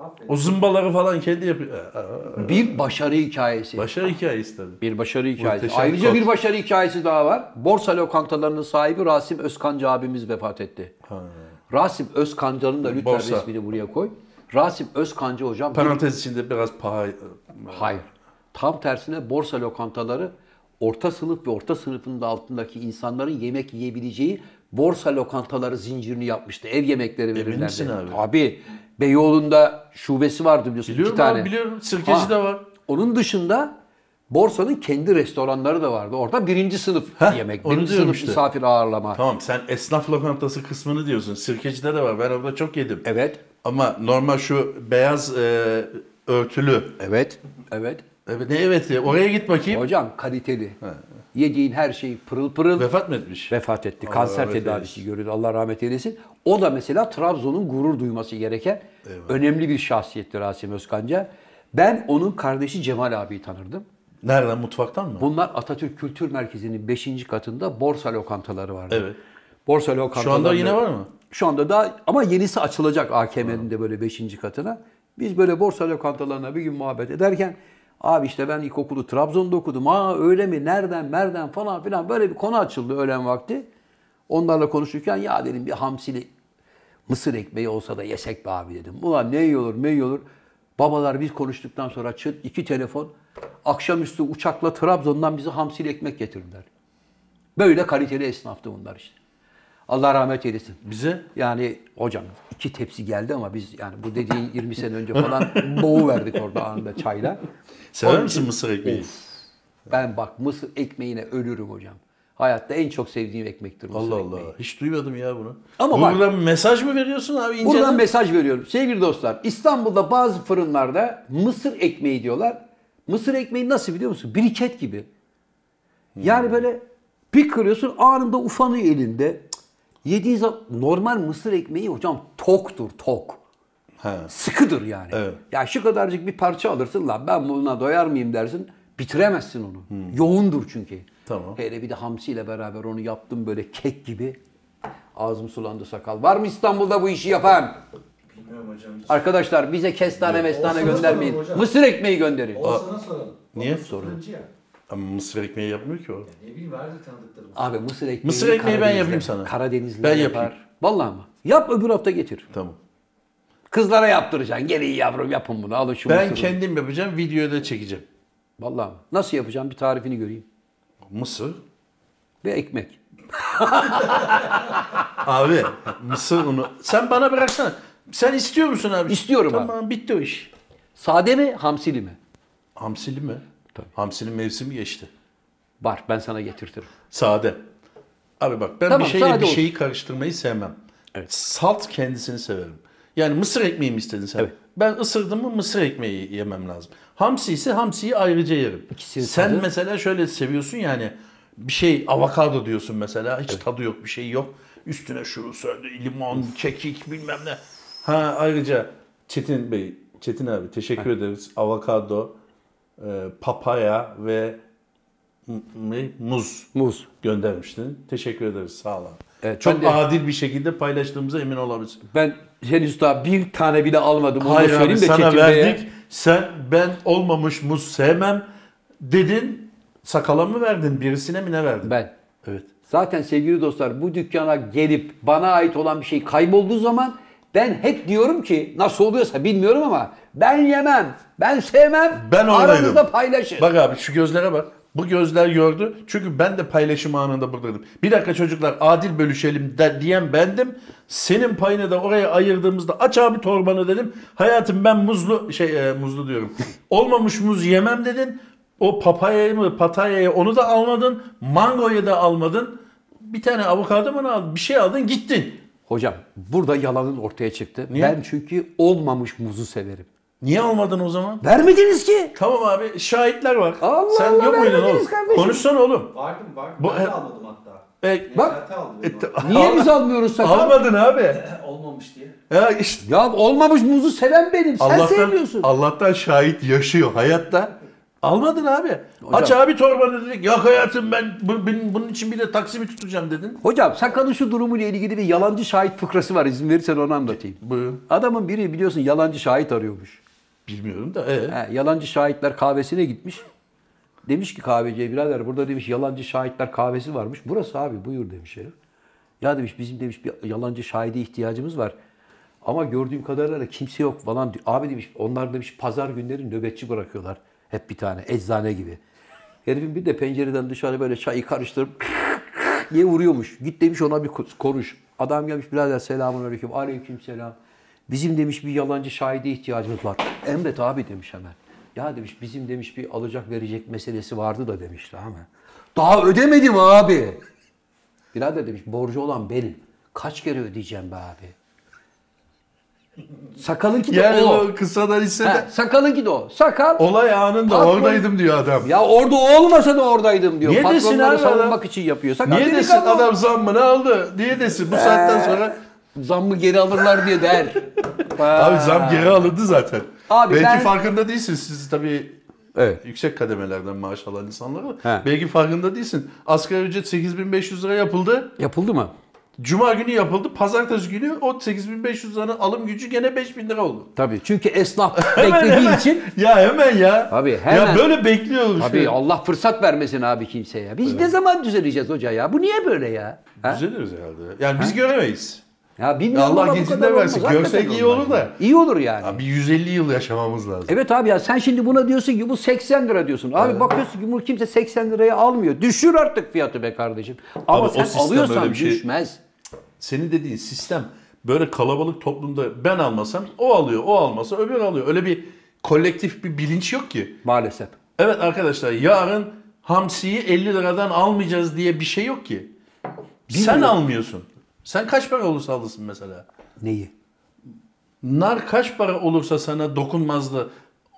Speaker 4: Aferin.
Speaker 2: O zımbaları falan kendi yapıyor. Aa, aa, aa.
Speaker 1: bir başarı hikayesi.
Speaker 2: Başarı hikayesi tabii.
Speaker 1: Bir başarı hikayesi.
Speaker 2: Muhteşem
Speaker 1: Ayrıca
Speaker 2: kod.
Speaker 1: bir başarı hikayesi daha var. Borsa lokantalarının sahibi Rasim Özkancı abimiz vefat etti. Rasim Özkancı'nın da lütfen
Speaker 2: Borsa.
Speaker 1: resmini buraya koy. Rasim Özkancı hocam bir-
Speaker 2: Parantez içinde biraz paha...
Speaker 1: Hayır. Tam tersine borsa lokantaları orta sınıf ve orta sınıfın da altındaki insanların yemek yiyebileceği borsa lokantaları zincirini yapmıştı. Ev yemekleri verirlerdi.
Speaker 2: misin abi?
Speaker 1: Tabii. Beyoğlu'nda şubesi vardı biliyorsun
Speaker 2: Biliyorum
Speaker 1: iki tane.
Speaker 2: abi biliyorum. Sirkeci
Speaker 1: Ha.
Speaker 2: de var.
Speaker 1: Onun dışında borsanın kendi restoranları da vardı. Orada birinci sınıf
Speaker 2: Heh,
Speaker 1: yemek,
Speaker 2: onu
Speaker 1: birinci
Speaker 2: diyorum
Speaker 1: sınıf
Speaker 2: işte.
Speaker 1: misafir ağırlama.
Speaker 2: Tamam sen esnaf lokantası kısmını diyorsun. Sirkeci'de de var. Ben orada çok yedim.
Speaker 1: Evet,
Speaker 2: Ama normal şu beyaz e, örtülü.
Speaker 1: evet, evet.
Speaker 2: E, Ne evet ya, oraya git bakayım.
Speaker 1: Hocam kaliteli. Yediğin her şey pırıl pırıl.
Speaker 2: Vefat mı etmiş?
Speaker 1: vefat etti.
Speaker 2: Allah
Speaker 1: Kanser
Speaker 2: rahmet
Speaker 1: tedavisi görüyordu. Allah rahmet eylesin. O da mesela Trabzon'un gurur duyması gereken önemli bir şahsiyetti Rasim Özkanca. Ben onun kardeşi Cemal abiyi tanırdım.
Speaker 2: Nereden mutfaktan mı?
Speaker 1: Bunlar Atatürk Kültür Merkezi'nin 5. katında borsa lokantaları vardı.
Speaker 2: Evet.
Speaker 1: Borsa lokantaları.
Speaker 2: Şu anda yine var mı?
Speaker 1: Şu anda da ama yenisi açılacak AKM'nin de böyle 5. katına. Biz böyle borsa lokantalarına bir gün muhabbet ederken abi işte ben ilkokulu Trabzon'da okudum. Ha öyle mi? Nereden? Nereden falan filan böyle bir konu açıldı öğlen vakti. Onlarla konuşurken ya dedim bir hamsili mısır ekmeği olsa da yesek be abi dedim. Ulan ne iyi olur ne iyi olur. Babalar biz konuştuktan sonra çıt iki telefon. Akşamüstü uçakla Trabzon'dan bize hamsili ekmek getirdiler. Böyle kaliteli esnaftı bunlar işte. Allah rahmet eylesin.
Speaker 2: Bize?
Speaker 1: Yani hocam iki tepsi geldi ama biz yani bu dediğin 20 sene önce falan boğu verdik orada anında çayla.
Speaker 2: Sever misin mısır ekmeği?
Speaker 1: Ben bak mısır ekmeğine ölürüm hocam. Hayatta en çok sevdiğim ekmektir mısır
Speaker 2: Allah
Speaker 1: ekmeği.
Speaker 2: Allah. Hiç duymadım ya bunu.
Speaker 1: Ama bak-
Speaker 2: Buradan mesaj mı veriyorsun abi? İnceden...
Speaker 1: Buradan mesaj veriyorum. Sevgili dostlar İstanbul'da bazı fırınlarda mısır ekmeği diyorlar. Mısır ekmeği nasıl biliyor musun? Biriket gibi. Yani böyle bir kırıyorsun anında ufanıyor elinde. Cık. Yediğin zaman normal mısır ekmeği hocam toktur tok.
Speaker 2: Ha.
Speaker 1: Sıkıdır yani.
Speaker 2: Evet.
Speaker 1: Ya şu kadarcık bir parça alırsın lan ben buna doyar mıyım dersin. Bitiremezsin onu. Yoğundur çünkü.
Speaker 2: Hmm. Tamam.
Speaker 1: Hele bir de hamsiyle beraber onu yaptım böyle kek gibi. Ağzım sulandı sakal. Var mı İstanbul'da bu işi yapan?
Speaker 4: Bilmiyorum hocam. hiç.
Speaker 1: Arkadaşlar bize kestane mestane
Speaker 4: Olsana
Speaker 1: göndermeyin.
Speaker 4: soralım hocam.
Speaker 1: Mısır ekmeği gönderin.
Speaker 4: Oğuzhan'a soralım.
Speaker 2: Niye?
Speaker 4: Babası
Speaker 2: Sorun.
Speaker 4: fırıncı ya.
Speaker 2: Ama mısır ekmeği yapmıyor ki o.
Speaker 4: Ne bileyim vardı tanıdıklarım.
Speaker 1: Abi mısır ekmeği
Speaker 2: Mısır ekmeği ben
Speaker 1: Karadeniz'de-
Speaker 2: yapayım sana.
Speaker 1: Karadenizli
Speaker 2: Ben
Speaker 1: yapar.
Speaker 2: yapayım.
Speaker 1: Vallahi mı? Yap öbür hafta getir.
Speaker 2: Tamam.
Speaker 1: Kızlara yaptıracaksın. Gelin yavrum yapın bunu. Alın şu
Speaker 2: Ben
Speaker 1: mısırı.
Speaker 2: kendim yapacağım. Videoya da çekeceğim.
Speaker 1: Vallahi mı? Nasıl yapacağım bir tarifini göreyim.
Speaker 2: Mısır.
Speaker 1: Ve ekmek.
Speaker 2: Abi mısır unu. Sen bana bıraksana. Sen istiyor musun abi?
Speaker 1: İstiyorum
Speaker 2: tamam, bitti o iş.
Speaker 1: Sade mi hamsili mi?
Speaker 2: Hamsili mi? Tabii. Hamsinin mevsimi geçti.
Speaker 1: Var ben sana getirtirim.
Speaker 2: Sade. Abi bak ben
Speaker 1: Tamam,
Speaker 2: bir şeyle
Speaker 1: sade
Speaker 2: bir
Speaker 1: olsun.
Speaker 2: şeyi karıştırmayı sevmem.
Speaker 1: Evet.
Speaker 2: Salt kendisini severim. Yani mısır ekmeği mi istedin sen?
Speaker 1: Evet.
Speaker 2: Ben ısırdım mı mısır ekmeği yemem lazım. Hamsi ise hamsiyi ayrıca yerim.
Speaker 1: İkisinin
Speaker 2: sen
Speaker 1: tadı-
Speaker 2: mesela şöyle seviyorsun yani bir şey avokado diyorsun mesela hiç tadı yok bir şey yok. Üstüne şunu söyle limon, kekik bilmem ne. Ha ayrıca Çetin Bey, Çetin abi teşekkür ederiz. Avokado, e, papaya ve m- ne? muz
Speaker 1: Muz.
Speaker 2: göndermiştin. Teşekkür ederiz sağ olun.
Speaker 1: Evet, ben
Speaker 2: Çok
Speaker 1: de-
Speaker 2: adil bir şekilde paylaştığımıza emin olabiliriz.
Speaker 1: Ben henüz daha bir tane bile almadım. Onu da
Speaker 2: Hayır abi
Speaker 1: söyleyeyim de
Speaker 2: sana
Speaker 1: Çetin Bey'e.
Speaker 2: verdik. Sen ben olmamış muz sevmem dedin. Sakala mı verdin? Birisine mi ne verdin?
Speaker 1: Ben.
Speaker 2: Evet.
Speaker 1: Zaten sevgili dostlar bu dükkana gelip bana ait olan bir şey kaybolduğu zaman ben hep diyorum ki nasıl oluyorsa bilmiyorum ama ben yemem, ben sevmem,
Speaker 2: Ben oradaydım.
Speaker 1: aranızda paylaşın.
Speaker 2: Bak abi şu gözlere bak. Bu gözler gördü. Çünkü ben de paylaşım anında buradaydım. Bir dakika çocuklar adil bölüşelim de, diyen bendim. Senin payını da oraya ayırdığımızda aç abi torbanı dedim. Hayatım ben muzlu şey e, muzlu diyorum. Olmamış muz yemem dedin. O papayayı mı patayayı onu da almadın. Mangoyu da almadın. Bir tane avokado mu ne aldın? Bir şey aldın gittin.
Speaker 1: Hocam burada yalanın ortaya çıktı.
Speaker 2: Niye?
Speaker 1: Ben çünkü olmamış muzu severim.
Speaker 2: Niye almadın o zaman?
Speaker 1: Vermediniz ki.
Speaker 2: Tamam abi şahitler var.
Speaker 1: Allah
Speaker 2: Sen
Speaker 1: Allah,
Speaker 2: yok muydun
Speaker 1: vermediniz
Speaker 2: oğlum?
Speaker 1: kardeşim.
Speaker 2: Konuşsana oğlum.
Speaker 4: Vardım vardım.
Speaker 2: Bu-
Speaker 4: ben de almadım hatta.
Speaker 2: E,
Speaker 1: Bak.
Speaker 4: Necati aldı
Speaker 2: e,
Speaker 4: bunu.
Speaker 1: Niye biz almıyoruz sakal?
Speaker 2: Almadın abi.
Speaker 4: Olmamış diye.
Speaker 2: Ya işte
Speaker 1: Ya olmamış muzu seven benim. Sen
Speaker 2: Allah'tan,
Speaker 1: sevmiyorsun.
Speaker 2: Allah'tan şahit yaşıyor hayatta. Almadın abi. Aç abi torbanı dedik. Yok hayatım ben bu- ben bunun için bir de taksimi tutacağım dedin.
Speaker 1: Hocam sakalın şu durumuyla ilgili bir yalancı şahit fıkrası var. İzin verirsen onu anlatayım.
Speaker 2: Buyurun.
Speaker 1: Adamın biri biliyorsun yalancı şahit arıyormuş.
Speaker 2: Bilmiyorum da. ee?
Speaker 1: He, yalancı şahitler kahvesine gitmiş. Demiş ki kahveciye birader burada demiş yalancı şahitler kahvesi varmış. Burası abi buyur demiş herif. Ya demiş bizim demiş bir yalancı şahide ihtiyacımız var. Ama gördüğüm kadarıyla da kimse yok falan. diyor. Abi demiş onlar demiş pazar günleri nöbetçi bırakıyorlar. Hep bir tane eczane gibi. Herifin bir de pencereden dışarı böyle çayı karıştırıp diye vuruyormuş. Git demiş ona bir ko- konuş. Adam gelmiş birader selamun aleyküm. Aleyküm selam. Bizim demiş bir yalancı şahide ihtiyacımız var. Emret abi demiş hemen. Ya demiş bizim demiş bir alacak verecek meselesi vardı da demiş ama. Daha ödemedim abi. Birader demiş borcu olan benim. Kaç kere ödeyeceğim be abi. Sakalınki de
Speaker 2: Yani
Speaker 1: o.
Speaker 2: o kısadan hisse
Speaker 1: Ha,
Speaker 2: de
Speaker 1: sakalınki de o. Sakal.
Speaker 2: olay anında
Speaker 1: Patron-
Speaker 2: oradaydım diyor adam.
Speaker 1: Ya orada o olmasa da oradaydım diyor.
Speaker 2: Niye desin
Speaker 1: Patronları
Speaker 2: abi adam?
Speaker 1: savunmak için yapıyor. Sakal
Speaker 2: Niye
Speaker 1: dedik
Speaker 2: desin
Speaker 1: ama-
Speaker 2: adam zammını aldı? Niye desin bu saatten sonra?
Speaker 1: zammı geri alırlar diye der.
Speaker 2: Abi zam geri alındı zaten.
Speaker 1: Abi
Speaker 2: Belki
Speaker 1: ben-
Speaker 2: farkında değilsiniz siz tabii
Speaker 1: Evet.
Speaker 2: yüksek kademelerden maaş alan insanlar ama
Speaker 1: He.
Speaker 2: belki farkında değilsin. Asgari ücret 8500 lira yapıldı.
Speaker 1: Yapıldı mı?
Speaker 2: Cuma günü yapıldı. Pazartesi günü o 8500 liranın alım gücü gene 5000 lira oldu.
Speaker 1: Tabii. Çünkü esnaf beklediği için
Speaker 2: Ya hemen ya.
Speaker 1: Abi hemen.
Speaker 2: Ya böyle bekliyoruz.
Speaker 1: Abi Allah fırsat vermesin abi kimseye. Biz ne zaman düzeleceğiz hoca ya? Bu niye böyle ya? Ha?
Speaker 2: Düzeliriz herhalde. Yani biz göremeyiz.
Speaker 1: Ya bilmiyorum
Speaker 2: Allah
Speaker 1: ama bu
Speaker 2: gecinden
Speaker 1: kadar
Speaker 2: versin.
Speaker 1: olmaz. Hakikaten
Speaker 2: Görsek iyi
Speaker 1: olmaz
Speaker 2: olur da.
Speaker 1: ya. İyi olur yani.
Speaker 2: Abi 150 yıl yaşamamız lazım.
Speaker 1: Evet abi ya sen şimdi buna diyorsun ki bu 80 lira diyorsun. Abi bakıyorsun ki bunu kimse 80 liraya almıyor. Düşür artık fiyatı be kardeşim. Ama
Speaker 2: Abi o
Speaker 1: sen
Speaker 2: sistem
Speaker 1: alıyorsan
Speaker 2: öyle bir şey-
Speaker 1: düşmez.
Speaker 2: Senin dediğin sistem böyle kalabalık toplumda ben almasam o alıyor, o almasa öbür alıyor. Öyle bir kolektif bir bilinç yok ki.
Speaker 1: Maalesef.
Speaker 2: Evet arkadaşlar yarın hamsiyi 50 liradan almayacağız diye bir şey yok ki. Sen almıyorsun. Sen kaç para olursa alırsın mesela.
Speaker 1: Neyi?
Speaker 2: Nar kaç para olursa sana dokunmazdı.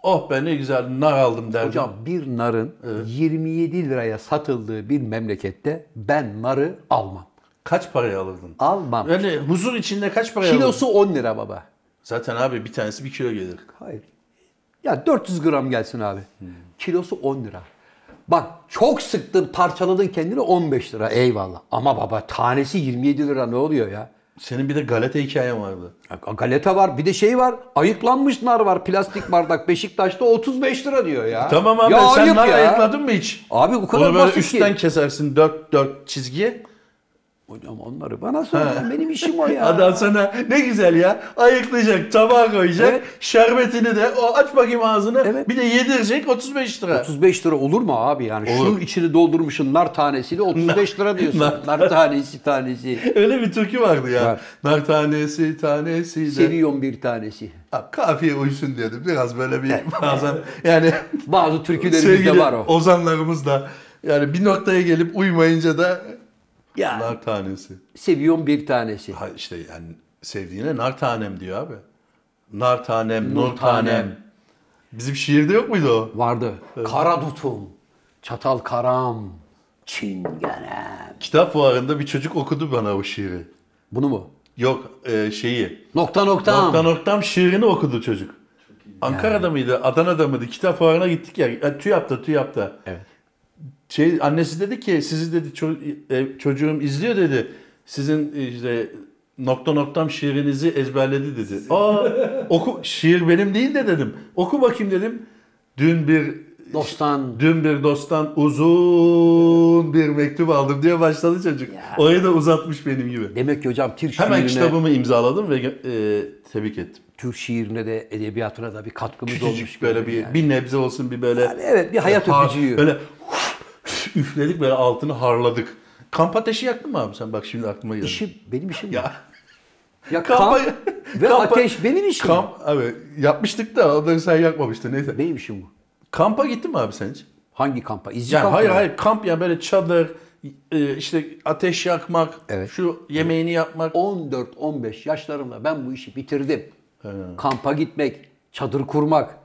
Speaker 2: Oh be ne güzel nar aldım derdim.
Speaker 1: Hocam bir narın 27 liraya satıldığı bir memlekette ben narı almam.
Speaker 2: Kaç paraya alırdın?
Speaker 1: Almam.
Speaker 2: Yani huzur içinde kaç paraya alırdın?
Speaker 1: Kilosu 10 lira baba.
Speaker 2: Zaten abi bir tanesi bir kilo gelir.
Speaker 1: Hayır. Ya 400 gram gelsin abi.
Speaker 2: Hmm.
Speaker 1: Kilosu 10 lira. Bak çok sıktın parçaladın kendini 15 lira eyvallah. Ama baba tanesi 27 lira ne oluyor ya?
Speaker 2: Senin bir de galeta hikayen vardı.
Speaker 1: Ya Galeta var bir de şey var ayıklanmış nar var plastik bardak Beşiktaş'ta 35 lira diyor ya.
Speaker 2: Tamam abi
Speaker 1: ya
Speaker 2: sen
Speaker 1: ayıp
Speaker 2: nar
Speaker 1: ya.
Speaker 2: ayıkladın mı hiç?
Speaker 1: Abi o kadar
Speaker 2: Onu böyle
Speaker 1: basit
Speaker 2: üstten
Speaker 1: ki.
Speaker 2: kesersin dört dört çizgi.
Speaker 1: Hocam onları bana sor. Benim işim o ya.
Speaker 2: Adam sana ne güzel ya ayıklayacak tabağa koyacak
Speaker 1: Evet.
Speaker 2: şerbetini de o aç bakayım ağzını
Speaker 1: Evet.
Speaker 2: bir de yedirecek 35 lira.
Speaker 1: 35 lira olur mu abi yani? Şunun
Speaker 2: Olur.
Speaker 1: içini doldurmuşsun nar tanesiyle 35 lira diyorsun.
Speaker 2: Nar-
Speaker 1: nar tanesi tanesi.
Speaker 2: Öyle bir türkü vardı ya.
Speaker 1: Var.
Speaker 2: Nar tanesi tanesi de.
Speaker 1: Seviyorum bir tanesi.
Speaker 2: Ha, Kafiye uysun diyordum. Biraz böyle bir bazen yani
Speaker 1: Bazı türkülerimizde
Speaker 2: sevgili
Speaker 1: var o.
Speaker 2: ozanlarımız da yani bir noktaya gelip uymayınca da
Speaker 1: Ya
Speaker 2: nar tanesi.
Speaker 1: seviyorum bir tanesi.
Speaker 2: Ha işte yani sevdiğine nar tanem diyor abi. Nar tanem, nur,
Speaker 1: Nur
Speaker 2: tanem.
Speaker 1: tanem.
Speaker 2: Bizim şiirde yok muydu o?
Speaker 1: Vardı. Kara dutum, çatal karam, Çingenem.
Speaker 2: Kitap fuarında bir çocuk okudu bana o şiiri.
Speaker 1: Bunu mu?
Speaker 2: Yok e, şeyi.
Speaker 1: Nokta nokta.
Speaker 2: Nokta noktam şiirini okudu çocuk. Ankara'da mıydı, Adana'da mıydı? Kitap fuarına gittik ya. E, TÜYAP'ta, TÜYAP'ta.
Speaker 1: Evet.
Speaker 2: Şey, annesi dedi ki sizi dedi ço- e, çocuğum izliyor dedi. Sizin e, işte nokta noktam şiirinizi ezberledi dedi. Aa oku şiir benim değil de dedim. Oku bakayım dedim. Dün bir
Speaker 1: Dostan.
Speaker 2: Dün bir dosttan uzun bir mektup aldım diye başladı çocuk. Orayı da uzatmış benim gibi.
Speaker 1: Demek ki hocam Türk
Speaker 2: Hemen
Speaker 1: şiirine,
Speaker 2: kitabımı imzaladım ve e, tebrik ettim.
Speaker 1: Türk şiirine de edebiyatına da bir katkımız olmuş.
Speaker 2: Küçücük böyle
Speaker 1: gibi
Speaker 2: bir
Speaker 1: yani.
Speaker 2: bir nebze olsun bir böyle
Speaker 1: Yani evet bir hayat
Speaker 2: Ha-
Speaker 1: öpücüğü.
Speaker 2: Böyle üfledik böyle altını harladık. Kamp ateşi yaktın mı abi sen? Bak şimdi aklıma geldi.
Speaker 1: İşim, benim işim ya.
Speaker 2: Ya
Speaker 1: Ya kamp
Speaker 2: kampa-
Speaker 1: ve
Speaker 2: kampa-
Speaker 1: ateş benim işim.
Speaker 2: kamp abi yapmıştık da onları sen yakmamıştın neyse.
Speaker 1: Benim işim bu.
Speaker 2: Kampa gittin mi abi sen hiç?
Speaker 1: Hangi kampa? İzci
Speaker 2: Yani
Speaker 1: kampa
Speaker 2: hayır
Speaker 1: mı?
Speaker 2: hayır kamp ya böyle çadır e, işte ateş yakmak,
Speaker 1: Evet.
Speaker 2: şu yemeğini yapmak.
Speaker 1: 14-15 yaşlarımda ben bu işi bitirdim. Kampa gitmek, çadır kurmak.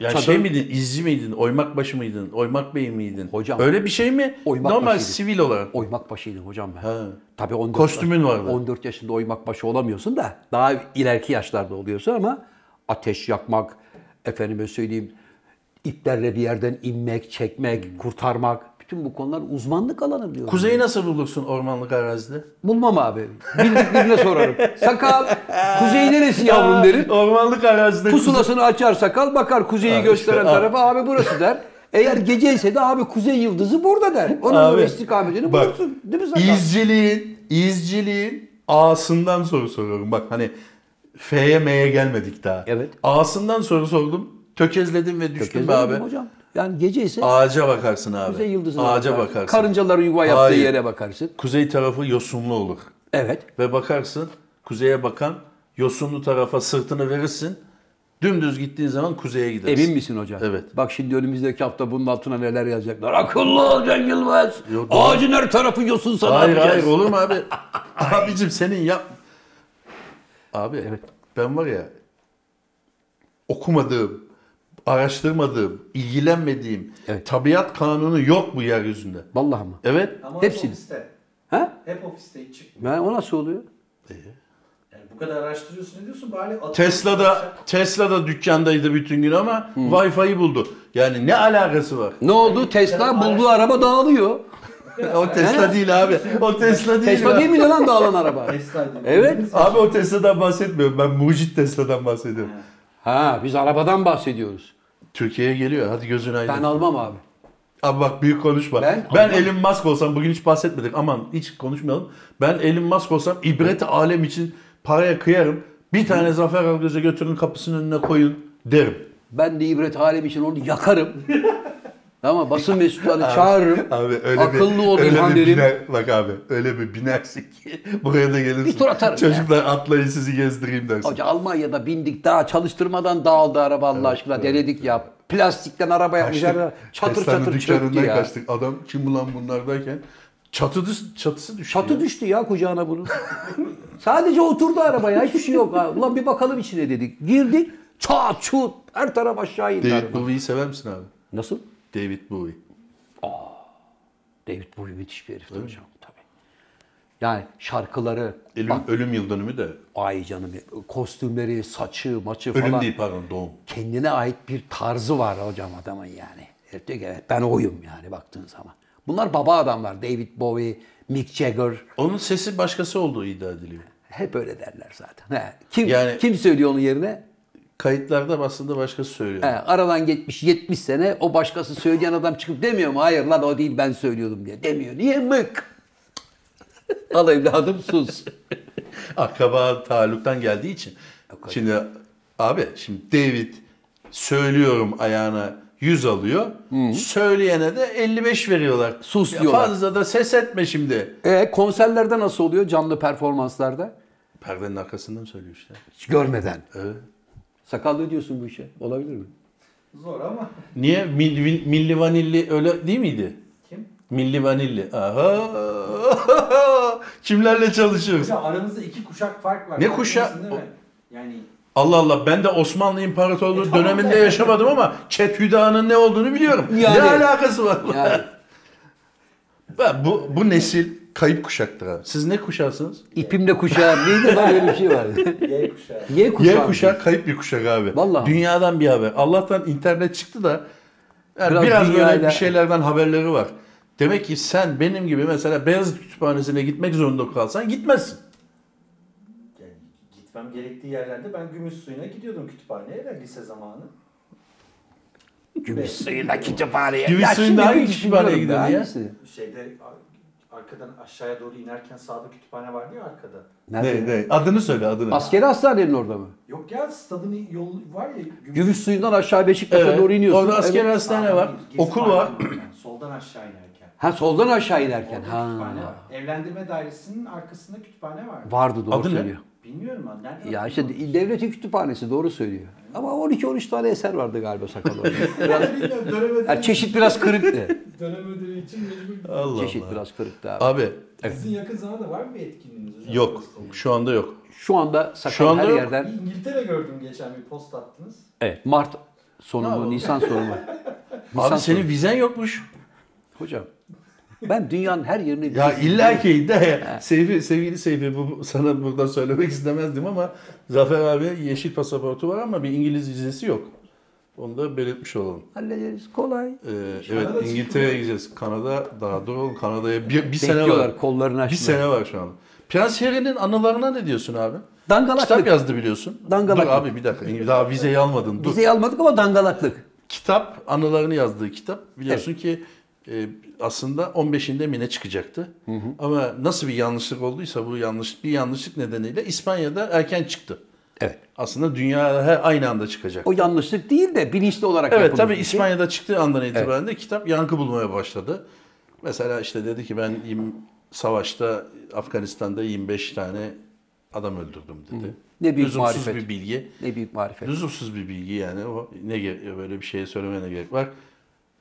Speaker 2: Ya
Speaker 1: çadır-
Speaker 2: şey miydin, izci miydin, oymak başı mıydın, oymak bey miydin?
Speaker 1: Hocam-
Speaker 2: Öyle bir şey mi?
Speaker 1: Oymak
Speaker 2: Normal
Speaker 1: başıydı.
Speaker 2: sivil olarak.
Speaker 1: Oymak başıydım hocam ben.
Speaker 2: Ha.
Speaker 1: Tabii 14
Speaker 2: Kostümün vardı.
Speaker 1: 14 yaşında oymak başı olamıyorsun da daha ileriki yaşlarda oluyorsun ama ateş yakmak, efendime söyleyeyim iplerle bir yerden inmek, çekmek,
Speaker 2: Hmm.
Speaker 1: kurtarmak. Bütün bu konular uzmanlık alanı diyorum.
Speaker 2: Kuzeyi nasıl bulursun ormanlık arazide?
Speaker 1: Bulmam abi. Bildiklerine sorarım. Sakal, kuzey neresi yavrum derim.
Speaker 2: Ormanlık arazide
Speaker 1: Pusulasını açar sakal bakar kuzeyi gösteren
Speaker 2: işte,
Speaker 1: tarafa abi burası der. Eğer geceyse de abi kuzey yıldızı burada der. Onun
Speaker 2: Abi,
Speaker 1: abi, istikametini
Speaker 2: bak,
Speaker 1: bulursun. Değil mi sakal?
Speaker 2: İzciliğin, izciliğin A'sından soru soruyorum. Bak hani F'ye M'ye gelmedik daha.
Speaker 1: Evet.
Speaker 2: A'sından soru sordum. Tökezledim ve düştüm
Speaker 1: Tökezlemedim
Speaker 2: be abi.
Speaker 1: Hocam. Yani geceyse
Speaker 2: Ağaca bakarsın abi.
Speaker 1: kuzey yıldızına
Speaker 2: Ağaca
Speaker 1: bakarsın.
Speaker 2: bakarsın.
Speaker 1: Karıncaların yuva yaptığı
Speaker 2: Hayır.
Speaker 1: yere bakarsın.
Speaker 2: Kuzey tarafı yosunlu olur.
Speaker 1: Evet.
Speaker 2: Ve bakarsın kuzeye bakan yosunlu tarafa sırtını verirsin. Dümdüz gittiğin zaman kuzeye gidersin.
Speaker 1: Emin misin hocam?
Speaker 2: Evet.
Speaker 1: Bak şimdi önümüzdeki hafta bunun altına neler yazacaklar. Akıllı ol Can Yılmaz.
Speaker 2: Yok, doğru.
Speaker 1: Ağacın her tarafı yosun sana
Speaker 2: Hayır
Speaker 1: atacağız.
Speaker 2: hayır olur mu abi? Abicim senin yap. Abi ben var ya okumadığım, araştırmadığım, ilgilenmediğim
Speaker 1: Evet.
Speaker 2: tabiat kanunu yok bu yeryüzünde.
Speaker 1: Vallahi mı?
Speaker 2: Evet.
Speaker 4: Ama
Speaker 1: Hepsi.
Speaker 4: hep ofiste.
Speaker 1: Ha?
Speaker 4: Hep ofiste hiç çıkmıyor.
Speaker 1: Ben o nasıl oluyor?
Speaker 4: Yani bu kadar araştırıyorsun ne diyorsun bari atın-
Speaker 2: Tesla'da Tesla'da dükkandaydı bütün gün ama Wi-Fi'yi buldu. Yani ne alakası var?
Speaker 1: Ne oldu? Tesla bulduğu araba dağılıyor.
Speaker 2: o Tesla değil abi. O Tesla değil.
Speaker 1: Tesla
Speaker 2: ya.
Speaker 1: değil miydi lan dağılan araba?
Speaker 4: Tesla'ydı.
Speaker 1: Evet.
Speaker 2: Abi o Tesla'dan bahsetmiyorum. Ben mucit Tesla'dan bahsediyorum.
Speaker 1: Ha biz arabadan bahsediyoruz.
Speaker 2: Türkiye'ye geliyor. Hadi gözün aydın.
Speaker 1: Ben almam abi.
Speaker 2: Abi bak büyük konuşma.
Speaker 1: Ben-
Speaker 2: Ben, Elon Musk olsam bugün hiç bahsetmedik. Aman hiç konuşmayalım. Ben Elon Musk olsam ibret alem için paraya kıyarım. Bir tane Zafer Algöz'e götürün kapısının önüne koyun derim.
Speaker 1: Ben de ibret alem için onu yakarım. Ama basın mesutlarını çağırırım.
Speaker 2: Abi öyle
Speaker 1: Akıllı
Speaker 2: bir
Speaker 1: ol İlhan
Speaker 2: öyle bir
Speaker 1: derim.
Speaker 2: biner, bak abi öyle bir binersin ki buraya da gelirsin.
Speaker 1: Bir tur atarım
Speaker 2: Çocuklar atlayın sizi gezdireyim dersin.
Speaker 1: Hoca Almanya'da bindik daha çalıştırmadan dağıldı araba Allah aşkına. Denedik ya. Plastikten araba yapmışlar.
Speaker 2: Kaçtık.
Speaker 1: Çatır
Speaker 2: Tesla'nın
Speaker 1: çatır çöktü
Speaker 2: dükkanından
Speaker 1: ya.
Speaker 2: kaçtık. Adam kim bulan bunlar derken çatısı, çatısı düştü.
Speaker 1: Çatı
Speaker 2: ya.
Speaker 1: düştü ya kucağına bunun. Sadece oturdu arabaya. Hiçbir şey yok ha. Ulan bir bakalım içine dedik. Girdik. Çat çut. Her taraf aşağı indi
Speaker 2: David
Speaker 1: araba.
Speaker 2: Bowie'yi sever misin abi?
Speaker 1: Nasıl?
Speaker 2: David Bowie.
Speaker 1: David Bowie müthiş bir herifti hocam. Tabii. Yani şarkıları,
Speaker 2: Ölüm, ölüm yıl dönümü de
Speaker 1: Ay canım kostümleri, saçı, maçı falan.
Speaker 2: ölüm değil pardon doğum.
Speaker 1: Kendine ait bir tarzı var hocam adamın yani. Herif diyor ki evet ben oyum yani baktığın zaman. Bunlar baba adamlar. David Bowie, Mick Jagger.
Speaker 2: Onun sesi başkası olduğu iddia ediliyor.
Speaker 1: Hep öyle derler zaten. He. Kim
Speaker 2: Yani-
Speaker 1: kim söylüyor onun yerine?
Speaker 2: Kayıtlarda aslında başkası söylüyor.
Speaker 1: He, aradan geçmiş 70 sene o başkası söyleyen adam çıkıp demiyor mu? Hayır lan o değil ben söylüyordum diye. Demiyor. Niye mık? Al evladım sus.
Speaker 2: Akraba taluktan geldiği için. Şimdi abi şimdi David söylüyorum ayağına 100 alıyor. Söyleyene de 55 veriyorlar.
Speaker 1: Sus
Speaker 2: Ya
Speaker 1: diyorlar.
Speaker 2: Fazla da ses etme şimdi.
Speaker 1: E, konserlerde nasıl oluyor canlı performanslarda?
Speaker 2: Perdenin arkasından söylüyor işte.
Speaker 1: Hiç görmeden.
Speaker 2: Evet.
Speaker 1: Sakallı diyorsun bu işe. Olabilir mi?
Speaker 4: Zor ama
Speaker 2: Niye Mil- Mil- milli vanilli öyle değil miydi?
Speaker 4: kim?
Speaker 2: Milli vanilli. Aha. Kimlerle çalışıyoruz?
Speaker 4: Hocam aramızda iki kuşak fark var.
Speaker 2: Ne
Speaker 4: Farkındasın
Speaker 2: kuşa-
Speaker 4: değil mi? Yani
Speaker 2: Allah Allah ben de Osmanlı İmparatorluğu
Speaker 4: E, tamam
Speaker 2: döneminde
Speaker 4: da.
Speaker 2: yaşamadım ama Çet Hüda'nın ne olduğunu biliyorum.
Speaker 1: Yani.
Speaker 2: Ne alakası var?
Speaker 1: Yani
Speaker 2: Ve bu, bu nesil kayıp kuşaktır abi. Siz ne kuşaksınız?
Speaker 1: İpimde kuşağı neydi lan öyle bir şey vardı.
Speaker 4: Y kuşağı.
Speaker 1: Y kuşağı.
Speaker 2: Y kuşağı kayıp bir kuşak abi.
Speaker 1: Vallahi.
Speaker 2: Dünyadan bir haber. Allah'tan internet çıktı da yani
Speaker 1: Biraz
Speaker 2: biraz,
Speaker 1: dünyayla-
Speaker 2: böyle bir şeylerden haberleri var. Demek ki sen benim gibi mesela Beyazıt Kütüphanesi'ne gitmek zorunda kalsan gitmezsin.
Speaker 4: Yani gitmem gerektiği yerlerde ben gümüş suyuna gidiyordum kütüphaneye de lise zamanı.
Speaker 1: Gümüş suyuna kütüphaneye.
Speaker 2: Gümüş
Speaker 1: Ya şimdi
Speaker 2: suyunda hangi
Speaker 1: hiç
Speaker 2: kütüphaneye
Speaker 1: bilmiyorum
Speaker 2: gidiyorsun
Speaker 1: da
Speaker 2: ya?
Speaker 1: hangisi?
Speaker 4: Şeyde ar- arkadan aşağıya doğru inerken sağda kütüphane vardı ya arkada.
Speaker 1: Nerede?
Speaker 2: ne? Adını söyle adını.
Speaker 1: Askeri hastanenin orada mı?
Speaker 4: Yok ya stadın yolu var ya. Gümüş,
Speaker 1: Gümüş suyundan aşağı Beşiktaş'a
Speaker 2: Evet,
Speaker 1: doğru iniyorsun.
Speaker 2: Orada asker
Speaker 1: Evet.
Speaker 2: hastane
Speaker 4: Aa,
Speaker 2: var.
Speaker 4: Gezi
Speaker 2: Okul var.
Speaker 4: Parkı'nın oradan, Soldan aşağı inerken.
Speaker 1: Ha soldan aşağı inerken.
Speaker 4: Orada
Speaker 1: Ha.
Speaker 4: kütüphane var. Evlendirme dairesinin arkasında kütüphane var.
Speaker 1: Vardı doğru
Speaker 2: Adı ne?
Speaker 1: söylüyor.
Speaker 4: Bilmiyorum ben. Nerede
Speaker 1: Ya
Speaker 4: okudum
Speaker 1: işte
Speaker 4: onu?
Speaker 1: devletin kütüphanesi doğru söylüyor. Ama 12-13 tane eser vardı galiba sakalı. Biraz-
Speaker 4: Bilmiyorum, dönem ödevi,
Speaker 1: ya çeşit biraz kırıktı.
Speaker 4: dönem ödevi için mecbur.
Speaker 2: Allah
Speaker 1: çeşit
Speaker 2: Allah.
Speaker 1: biraz kırıktı abi.
Speaker 2: Abi
Speaker 4: Sizin yakın zamanda var mı bir etkinliğiniz hocam?
Speaker 2: yok. Şu anda yok.
Speaker 1: Şu anda sakal
Speaker 2: Şu anda
Speaker 1: her
Speaker 2: yok.
Speaker 4: Bir
Speaker 1: yerden.
Speaker 4: İngiltere gördüm geçen bir post attınız.
Speaker 1: Evet. Mart sonu mu,
Speaker 2: Bravo.
Speaker 1: Nisan sonu mu?
Speaker 2: Abi
Speaker 1: sonu.
Speaker 2: senin vizen yokmuş.
Speaker 1: Hocam ben dünyanın her yerini...
Speaker 2: Ya illa ki de Seyfi, sevgili Seyfi bu, bu- sana burada söylemek istemezdim ama Zafer abi yeşil pasaportu var ama bir İngiliz vizesi yok. Onu da belirtmiş olalım.
Speaker 1: Hallederiz kolay.
Speaker 2: Ee, evet
Speaker 4: Kanada
Speaker 2: İngiltere'ye gideceğiz. Kanada daha dur oğlum Kanada'ya bir, bir sene var.
Speaker 1: Bekliyorlar kollarını
Speaker 2: Bir
Speaker 1: açtılar.
Speaker 2: sene var şu an. Prens Harry'nin anılarına ne diyorsun abi? Kitap
Speaker 1: Dangalaklık.
Speaker 2: yazdı biliyorsun.
Speaker 1: Dangalaklık.
Speaker 2: Dur abi bir dakika. Daha vizeyi almadın. Dur.
Speaker 1: Vizeyi almadık ama dangalaklık.
Speaker 2: kitap anılarını yazdığı kitap biliyorsun ki e, aslında 15'inde mi ne çıkacaktı. Ama nasıl bir yanlışlık olduysa bu yanlış bir yanlışlık nedeniyle İspanya'da erken çıktı.
Speaker 1: Evet.
Speaker 2: Aslında dünya her aynı anda çıkacak.
Speaker 1: O yanlışlık değil de bilinçli olarak
Speaker 2: evet
Speaker 1: yapılmış
Speaker 2: tabii
Speaker 1: bir şey.
Speaker 2: İspanya'da çıktığı andan itibaren de kitap yankı bulmaya başladı. Mesela işte dedi ki ben yirmi- savaşta Afganistan'da 25 tane adam öldürdüm dedi.
Speaker 1: Ne büyük
Speaker 2: Lüzumsuz
Speaker 1: marifet.
Speaker 2: bir bilgi.
Speaker 1: Ne büyük marifet.
Speaker 2: E, Lüzumsuz bir bilgi yani. O ne ge- böyle bir şey söylemeye ne gerek var?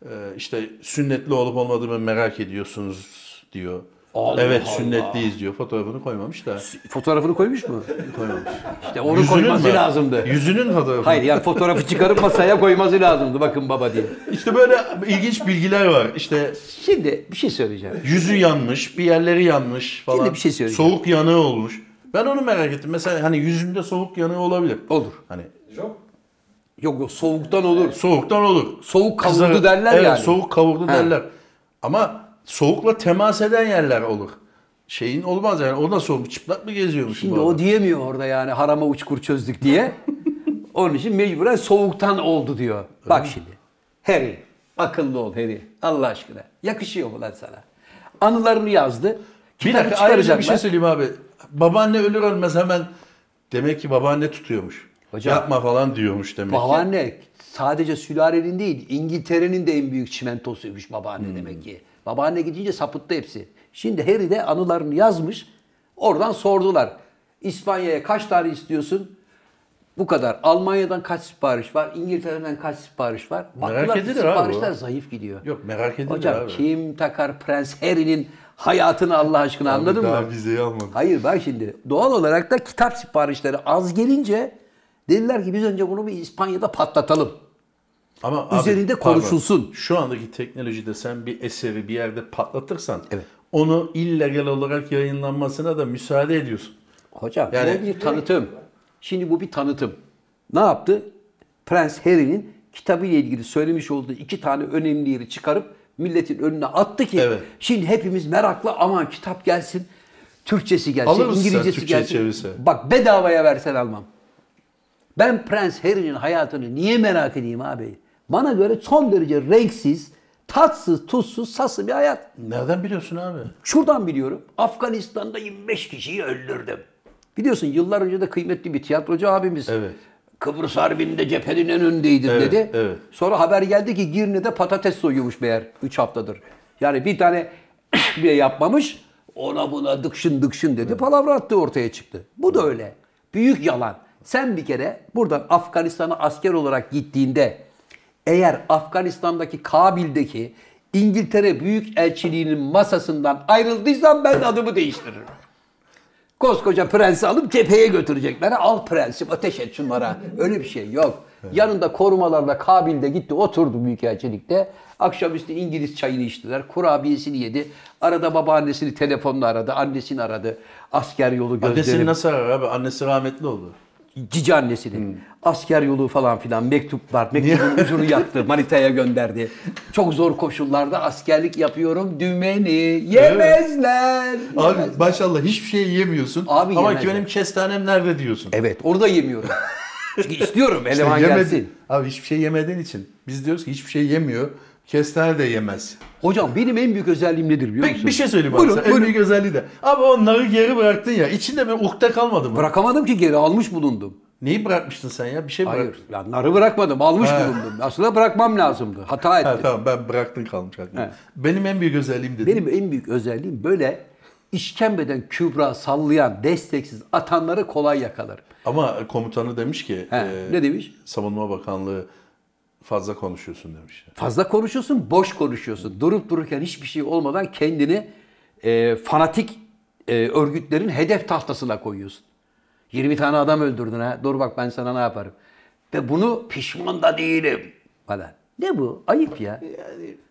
Speaker 2: Ee, işte sünnetli olup olmadığımı merak ediyorsunuz diyor.
Speaker 1: Allah
Speaker 2: evet
Speaker 1: Allah.
Speaker 2: sünnetliyiz diyor. Fotoğrafını koymamış da.
Speaker 1: Fotoğrafını koymuş mu?
Speaker 2: Koymamış.
Speaker 1: İşte onu
Speaker 2: Yüzünün
Speaker 1: koyması
Speaker 2: mü?
Speaker 1: lazımdı.
Speaker 2: Yüzünün fotoğrafı.
Speaker 1: Hayır yani fotoğrafı çıkarıp masaya koyması lazımdı bakın baba diye.
Speaker 2: İşte böyle ilginç bilgiler var. İşte
Speaker 1: Şimdi bir şey söyleyeceğim.
Speaker 2: yüzü yanmış, bir yerleri yanmış falan.
Speaker 1: Şimdi bir şey söyleyeceğim.
Speaker 2: Soğuk yanığı olmuş. Ben onu merak ettim. Mesela hani yüzümde soğuk yanığı olabilir.
Speaker 1: Olur.
Speaker 2: Hani
Speaker 4: Yok.
Speaker 1: Yok yok soğuktan olur.
Speaker 2: soğuktan olur.
Speaker 1: Soğuk kavurdu
Speaker 2: Kızarı-
Speaker 1: derler
Speaker 2: evet,
Speaker 1: yani.
Speaker 2: soğuk kavurdu
Speaker 1: Ha.
Speaker 2: derler. Ama soğukla temas eden yerler olur. Şeyin olmaz yani. O nasıl olmuş? Çıplak mı geziyormuş?
Speaker 1: Şimdi
Speaker 2: bu
Speaker 1: o
Speaker 2: adam?
Speaker 1: diyemiyor orada yani harama uçkur çözdük diye. Onun için mecburen soğuktan oldu diyor. Bak şimdi. Harry. Akıllı ol Harry. Allah aşkına. Yakışıyor mu lan sana? Anılarını yazdı.
Speaker 2: bir
Speaker 1: Kitabı
Speaker 2: dakika ayrıca bir şey
Speaker 1: çıkaracaklar.
Speaker 2: söyleyeyim abi. Babaanne ölür ölmez hemen demek ki babaanne tutuyormuş.
Speaker 1: Hocam-
Speaker 2: Yapma falan diyormuş demek ki.
Speaker 1: Babaanne sadece sülalenin değil İngiltere'nin de en büyük çimentosuymuş babaanne
Speaker 2: Hmm.
Speaker 1: demek ki. Babaanne gidince sapıttı hepsi. Şimdi Harry de anılarını yazmış. Oradan sordular. İspanya'ya kaç tane istiyorsun? Bu kadar. Almanya'dan kaç sipariş var? İngiltere'den kaç sipariş var? Baktılar ki
Speaker 2: edilir abi
Speaker 1: siparişler
Speaker 2: o.
Speaker 1: zayıf gidiyor.
Speaker 2: Yok merak edilir
Speaker 1: Hocam
Speaker 2: abi.
Speaker 1: kim takar Prens Harry'nin hayatını Allah aşkına
Speaker 2: Abi
Speaker 1: anladın
Speaker 2: daha
Speaker 1: mı?
Speaker 2: vizeyi almadı.
Speaker 1: Hayır bak şimdi doğal olarak da kitap siparişleri az gelince dediler ki biz önce bunu bir İspanya'da patlatalım.
Speaker 2: Ama
Speaker 1: Üzerinde
Speaker 2: pardon.
Speaker 1: konuşulsun.
Speaker 2: Şu andaki teknolojide sen bir eseri bir yerde patlatırsan
Speaker 1: Evet.
Speaker 2: onu illegal olarak yayınlanmasına da müsaade ediyorsun.
Speaker 1: Hocam
Speaker 2: Yani-
Speaker 1: bu bir tanıtım. Şimdi bu bir tanıtım. Ne yaptı? Prens Harry'nin kitabıyla ilgili söylemiş olduğu iki tane önemli yeri çıkarıp milletin önüne attı ki
Speaker 2: Evet.
Speaker 1: şimdi hepimiz meraklı aman kitap gelsin, Türkçesi gelsin,
Speaker 2: Alır mısın sen
Speaker 1: İngilizcesi
Speaker 2: Türkçe
Speaker 1: gelsin.
Speaker 2: çevirisi?
Speaker 1: Bak bedavaya versen almam. Ben Prens Harry'nin hayatını niye merak edeyim abi? Bana göre son derece renksiz, tatsız, tuzsuz, sassı bir hayat.
Speaker 2: Nereden biliyorsun abi?
Speaker 1: Şuradan biliyorum. Afganistan'da 25 kişiyi öldürdüm. Biliyorsun yıllar önce de kıymetli bir tiyatrocu abimiz.
Speaker 2: Evet.
Speaker 1: Kıbrıs Harbi'nde cephenin en önündeydim
Speaker 2: Evet,
Speaker 1: dedi.
Speaker 2: evet.
Speaker 1: Sonra haber geldi ki Girne'de patates soyuyormuş meğer 3 haftadır. Yani bir tane bile yapmamış. Ona buna dıkşın dıkşın dedi. Palavra attı ortaya çıktı. Bu da öyle. Büyük yalan. Sen bir kere buradan Afganistan'a asker olarak gittiğinde eğer Afganistan'daki Kabil'deki İngiltere Büyükelçiliği'nin masasından ayrıldıysan ben de adımı değiştiririm. Koskoca prensi alıp cepheye götürecekler. Al prensim ateş et şunlara. Öyle bir şey yok. Yanında korumalarla Kabil'de gitti oturdu Büyükelçilik'te. Akşamüstü İngiliz çayını içtiler. Kurabiyesini yedi. Arada babaannesini telefonla aradı. Annesini aradı. Asker yolu
Speaker 2: Annesini
Speaker 1: gözlerim.
Speaker 2: nasıl Hmm. arar abi? Annesi rahmetli oldu.
Speaker 1: Cici annesini. Asker yolu falan filan mektuplar. Mektubun ucunu yaktı. Manita'ya gönderdi. Çok zor koşullarda askerlik yapıyorum. Dümeni yemezler. yemezler.
Speaker 2: Abi maşallah hiçbir şey yemiyorsun.
Speaker 1: Abi
Speaker 2: Ama
Speaker 1: yemez E,
Speaker 2: ki
Speaker 1: ya.
Speaker 2: benim kestanem nerede diyorsun.
Speaker 1: Evet orada yemiyorum. Çünkü istiyorum eleman
Speaker 2: yemedi-
Speaker 1: gelsin.
Speaker 2: Abi hiçbir şey yemediğin için. Biz diyoruz ki hiçbir şey yemiyor. Kestane de yemez.
Speaker 1: Hocam benim en büyük özelliğim nedir biliyor musun?
Speaker 2: Peki bir şey söyleyeyim
Speaker 1: Buyurun,
Speaker 2: abi. Sen. En büyük özelliği de. Abi onları geri bıraktın ya. İçinde bir ukde kalmadı mı?
Speaker 1: Bırakamadım ki geri almış bulundum.
Speaker 2: Neyi bırakmıştın sen ya? Bir şey bırak.
Speaker 1: Hayır. Ya narı bırakmadım almış
Speaker 2: He.
Speaker 1: bulundum. Aslında bırakmam lazımdı. Hata ettim.
Speaker 2: Ha, tamam ben bıraktın kalmış aklımda.
Speaker 1: He.
Speaker 2: Benim en büyük özelliğim dedim.
Speaker 1: Benim en büyük özelliğim böyle işkembeden kübra sallayan, desteksiz atanları kolay yakalarım.
Speaker 2: Ama komutanı demiş ki
Speaker 1: He,
Speaker 2: e,
Speaker 1: ne demiş?
Speaker 2: Savunma Bakanlığı fazla konuşuyorsun demiş.
Speaker 1: Fazla konuşuyorsun, boş konuşuyorsun. Durup dururken hiçbir şey olmadan kendini e, fanatik e, örgütlerin hedef tahtasına koyuyorsun. 20 tane adam öldürdün ha. Dur bak ben sana ne yaparım. Ve bunu pişman da değilim falan. Ne bu? Ayıp ya.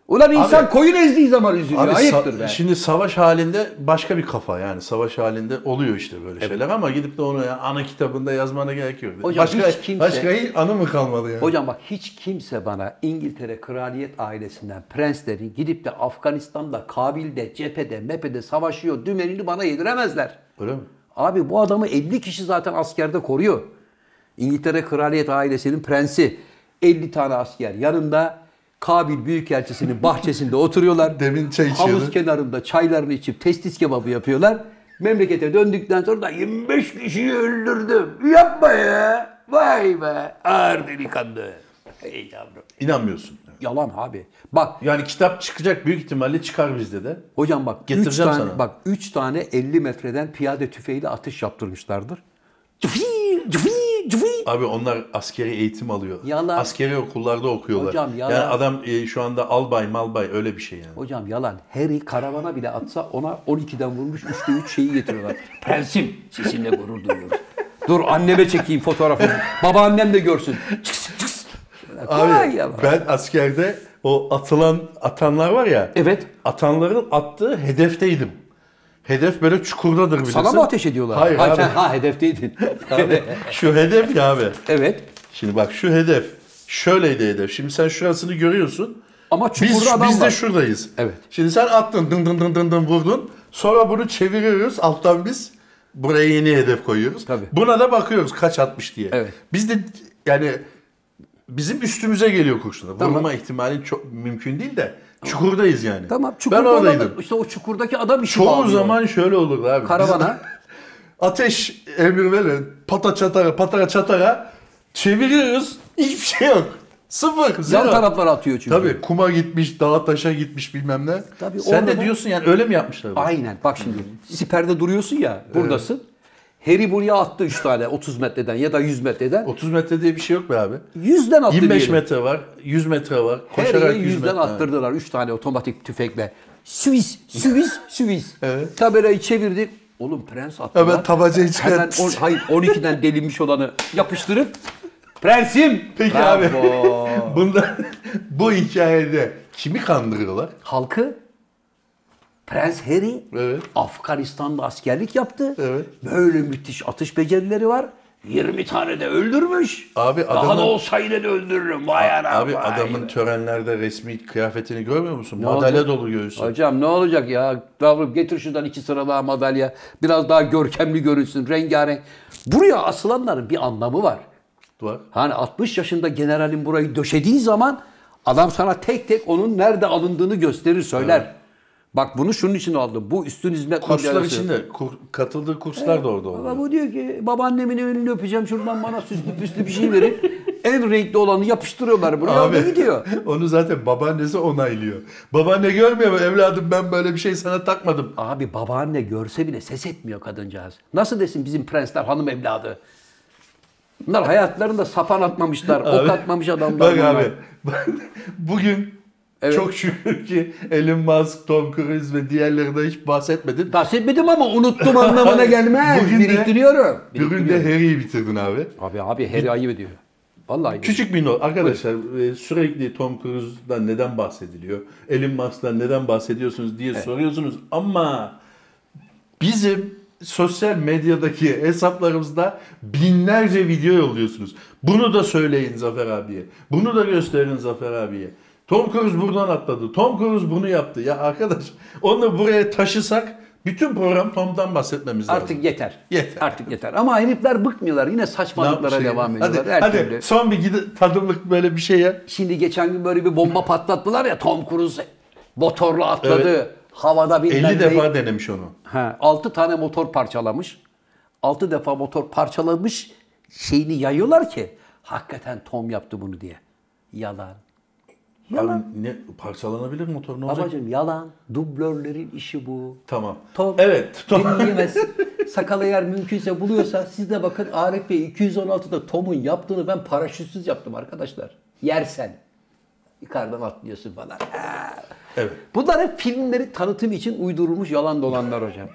Speaker 1: Ulan insan koyun ezdiği zaman üzülüyor.
Speaker 2: Abi sa-
Speaker 1: Ayıptır be.
Speaker 2: şimdi savaş halinde başka bir kafa yani savaş halinde oluyor işte böyle şeyler ama gidip de onu ya ana kitabında yazmana gerek yok.
Speaker 1: Hocam
Speaker 2: başka
Speaker 1: hiç kimse-
Speaker 2: başka iyi anı mı kalmadı yani?
Speaker 1: Hocam bak hiç kimse bana İngiltere kraliyet ailesinden prenslerin gidip de Afganistan'da, Kabil'de, cephede, mepede savaşıyor dümenini bana yediremezler.
Speaker 2: Öyle mi?
Speaker 1: Abi bu adamı 50 kişi zaten askerde koruyor. İngiltere kraliyet ailesinin prensi. 50 tane asker yanında Kabil Büyükelçisi'nin bahçesinde oturuyorlar.
Speaker 2: Demin çay
Speaker 1: Havuz
Speaker 2: içiyordu.
Speaker 1: kenarında çaylarını içip testis kebabı yapıyorlar. Memlekete döndükten sonra da 25 kişiyi öldürdüm. Yapma ya. Vay be. Ağır delikanlı. Hey yavrum.
Speaker 2: İnanmıyorsun.
Speaker 1: Yalan abi. Bak
Speaker 2: Yani kitap çıkacak büyük ihtimalle çıkar bizde de.
Speaker 1: Hocam bak 3
Speaker 2: Getireceğim
Speaker 1: tane
Speaker 2: sana.
Speaker 1: bak 3 tane 50 metreden piyade tüfeğiyle atış yaptırmışlardır. Cıfı, cıfı, cıfı.
Speaker 2: Abi onlar askeri eğitim alıyor.
Speaker 1: Yalan.
Speaker 2: Askeri okullarda okuyorlar.
Speaker 1: Hocam yalan.
Speaker 2: Yani adam e, şu anda albay malbay öyle bir şey yani.
Speaker 1: Hocam yalan. Harry karavana bile atsa ona 12'den vurmuş 3'te 3 şeyi getiriyorlar. Prensim sizinle gurur duyuyorum. Dur anneme çekeyim fotoğrafını. Babaannem de görsün. Çıks çıks. Kolay
Speaker 2: Abi
Speaker 1: yalan.
Speaker 2: ben askerde o atılan atanlar var ya.
Speaker 1: Evet.
Speaker 2: Atanların attığı hedefteydim. Hedef böyle çukurdadır bilirsin.
Speaker 1: Sana mı ateş ediyorlar?
Speaker 2: Hayır
Speaker 1: ha,
Speaker 2: abi.
Speaker 1: sen- ha hedefteydin.
Speaker 2: Şu hedef ya abi.
Speaker 1: evet.
Speaker 2: Şimdi bak şu hedef. Şöyleydi hedef. Şimdi sen şurasını görüyorsun.
Speaker 1: Ama çukurda
Speaker 2: Biz,
Speaker 1: adam
Speaker 2: biz
Speaker 1: var.
Speaker 2: de şuradayız.
Speaker 1: Evet.
Speaker 2: Şimdi sen attın dın dın dın dın dın vurdun. Sonra bunu çeviriyoruz alttan biz. Buraya yeni hedef koyuyoruz.
Speaker 1: Tabii.
Speaker 2: Buna da bakıyoruz kaç atmış diye.
Speaker 1: Evet.
Speaker 2: Biz de yani bizim üstümüze geliyor kurşunlar.
Speaker 1: Tamam.
Speaker 2: Vurma ihtimalin çok mümkün değil de çukurdayız yani.
Speaker 1: Tamam
Speaker 2: ben
Speaker 1: çukurda
Speaker 2: oradaydım.
Speaker 1: olan- işte o çukurdaki adam işi
Speaker 2: Çoğu
Speaker 1: bağlıyor.
Speaker 2: zaman şöyle olurdu abi.
Speaker 1: karavana
Speaker 2: Ateş emir verin. Pata çatara patara çatara çeviriyoruz. Hiçbir şey yok. Sıfır.
Speaker 1: yan
Speaker 2: zero.
Speaker 1: taraflara atıyor çünkü.
Speaker 2: Tabii kuma gitmiş, dağa taşa gitmiş bilmem ne.
Speaker 1: Tabii
Speaker 2: Sen
Speaker 1: orada
Speaker 2: de
Speaker 1: da-
Speaker 2: diyorsun yani öyle mi yapmışlar? bunu?
Speaker 1: Aynen. Bak şimdi siperde duruyorsun ya buradasın. Harry buraya attı 3 tane 30 metreden ya da 100 metreden.
Speaker 2: 30 metre diye bir şey yok be abi.
Speaker 1: 100'den attı
Speaker 2: 25
Speaker 1: diyelim.
Speaker 2: metre var, 100 metre var. Koşarak
Speaker 1: Harry'e
Speaker 2: 100
Speaker 1: 100'den
Speaker 2: metre.
Speaker 1: attırdılar 3 tane otomatik tüfekle. Süvis, Süvis, Süvis.
Speaker 2: Evet.
Speaker 1: Tabelayı çevirdik. Oğlum prens attılar.
Speaker 2: Hemen tabacayı
Speaker 1: Hemen
Speaker 2: çıkarttı.
Speaker 1: on, hayır 12'den delinmiş olanı yapıştırıp prensim.
Speaker 2: Peki abi.
Speaker 1: Bravo.
Speaker 2: Bunda bu hikayede kimi kandırıyorlar?
Speaker 1: Halkı Prens Harry
Speaker 2: Evet.
Speaker 1: Afganistan'da askerlik yaptı.
Speaker 2: Evet.
Speaker 1: Böyle müthiş atış becerileri var. 20 tane de öldürmüş.
Speaker 2: Abi
Speaker 1: Daha
Speaker 2: adamın-
Speaker 1: da olsa yine de öldürürüm. Vay anam,
Speaker 2: abi
Speaker 1: vay.
Speaker 2: adamın törenlerde resmi kıyafetini görmüyor musun?
Speaker 1: oldu?
Speaker 2: Madalya dolu göğsü.
Speaker 1: Hocam ne olacak ya? Yavrum getir şuradan iki sıra daha madalya. Biraz daha görkemli görünsün, rengarenk. Buraya asılanların bir anlamı var.
Speaker 2: Var.
Speaker 1: Hani 60 yaşında generalin burayı döşediği zaman adam sana tek tek onun nerede alındığını gösterir, söyler. Bak bunu şunun için aldım. Bu üstün hizmet
Speaker 2: Kurslar
Speaker 1: madalyası.
Speaker 2: içinde kur- katıldığı kurslar da orada
Speaker 1: Ama
Speaker 2: oluyor.
Speaker 1: bu diyor ki babaannemin elini öpeceğim şuradan bana süslü püslü bir şey verin. en renkli olanı yapıştırıyorlar buraya Abi. gidiyor.
Speaker 2: Onu zaten babaannesi onaylıyor. Babaanne görmüyor mu evladım ben böyle bir şey sana takmadım.
Speaker 1: Abi babaanne görse bile ses etmiyor kadıncağız. Nasıl desin bizim prensler hanım evladı? Bunlar hayatlarında sapan atmamışlar, ok atmamış adamlar.
Speaker 2: Bak
Speaker 1: bunlar.
Speaker 2: abi bugün
Speaker 1: Evet.
Speaker 2: çok şükür ki Elon Musk, Tom Cruise ve diğerlerinden hiç bahsetmedin.
Speaker 1: Bahsetmedim ama unuttum anlamına gelmez.
Speaker 2: Bugün de-
Speaker 1: Biriktiriyorum.
Speaker 2: Bugün de
Speaker 1: Biriktiriyorum.
Speaker 2: Harry'i bitirdin abi.
Speaker 1: Abi abi her ayıp ediyor. Vallahi
Speaker 2: Küçük bir not arkadaşlar e, sürekli Tom Cruise'dan neden bahsediliyor? Elon Musk'tan neden bahsediyorsunuz diye soruyorsunuz ama bizim sosyal medyadaki hesaplarımızda binlerce video yolluyorsunuz. Bunu da söyleyin Zafer abiye. Bunu da gösterin Zafer abiye. Tom Cruise buradan atladı. Tom Cruise bunu yaptı. Ya arkadaş onu buraya taşısak bütün program Tom'dan bahsetmemiz lazım.
Speaker 1: Artık yeter.
Speaker 2: Yeter.
Speaker 1: Artık yeter. Ama herifler bıkmıyorlar. Yine saçmalıklara
Speaker 2: Ne yapmış
Speaker 1: devam
Speaker 2: şey?
Speaker 1: ediyorlar. Her
Speaker 2: Hadi,
Speaker 1: türlü.
Speaker 2: hadi son bir gidi- tadımlık böyle bir şey ya.
Speaker 1: Şimdi geçen gün böyle bir bomba patlattılar ya Tom Cruise motorla atladı. Havada bilmem
Speaker 2: 50
Speaker 1: ne-
Speaker 2: defa denemiş onu.
Speaker 1: Ha, 6 tane motor parçalamış. 6 defa motor parçalamış şeyini yayıyorlar ki hakikaten Tom yaptı bunu diye. Yalan.
Speaker 2: Abi ne parçalanabilir motor ne olacak?
Speaker 1: Babacım yalan. Dublörlerin işi bu.
Speaker 2: Tamam.
Speaker 1: Tom
Speaker 2: Evet. Tom.
Speaker 1: dinleyemez. Sakalı eğer mümkünse buluyorsa siz de bakın Arif Bey 216'da Tom'un yaptığını ben paraşütsüz yaptım arkadaşlar. Yersen. Yukarıdan atlıyorsun falan.
Speaker 2: Evet.
Speaker 1: Bunlar hep filmleri tanıtım için uydurulmuş yalan dolanlar hocam.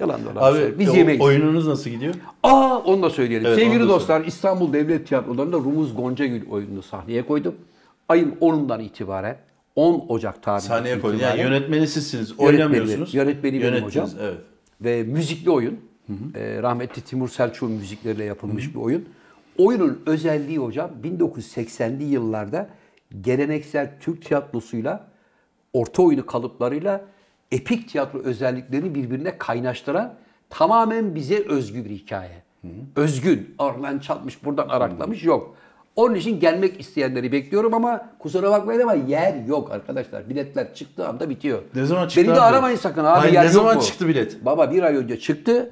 Speaker 1: yalan dolanlar.
Speaker 2: Abi
Speaker 1: Biz
Speaker 2: o-
Speaker 1: yemeyiz.
Speaker 2: şey oyununuz nasıl gidiyor?
Speaker 1: Aa onu da söyleyelim.
Speaker 2: Evet,
Speaker 1: Sevgili
Speaker 2: onu da
Speaker 1: dostlar İstanbul Devlet Tiyatroları'nda Rumuz Goncagül oyununu sahneye koydum. Ayın 10'undan itibaren 10 Ocak tarihinden
Speaker 2: Sahneye koydun.
Speaker 1: itibaren
Speaker 2: Yani yönetmeni sizsiniz. Oynamıyorsunuz.
Speaker 1: yönetmeni benim
Speaker 2: Yönetmeniz,
Speaker 1: hocam.
Speaker 2: Evet.
Speaker 1: ve müzikli oyun. Ee, rahmetli Timur Selçuk'un müzikleriyle yapılmış bir oyun. Oyunun özelliği hocam 1980'li yıllarda geleneksel Türk tiyatrosuyla orta oyunu kalıplarıyla epik tiyatro özelliklerini birbirine kaynaştıran tamamen bize özgü bir hikaye. Özgün. Oradan çalmış, buradan araklamış yok. Onun için gelmek isteyenleri bekliyorum ama kusura bakmayın ama yer yok arkadaşlar. Biletler çıktığı anda bitiyor.
Speaker 2: Ne zaman çıktı
Speaker 1: Beni de
Speaker 2: abi?
Speaker 1: aramayın sakın abi
Speaker 2: Hayır,
Speaker 1: yer
Speaker 2: ne
Speaker 1: yok
Speaker 2: zaman
Speaker 1: mu?
Speaker 2: çıktı bilet?
Speaker 1: Baba bir ay önce çıktı.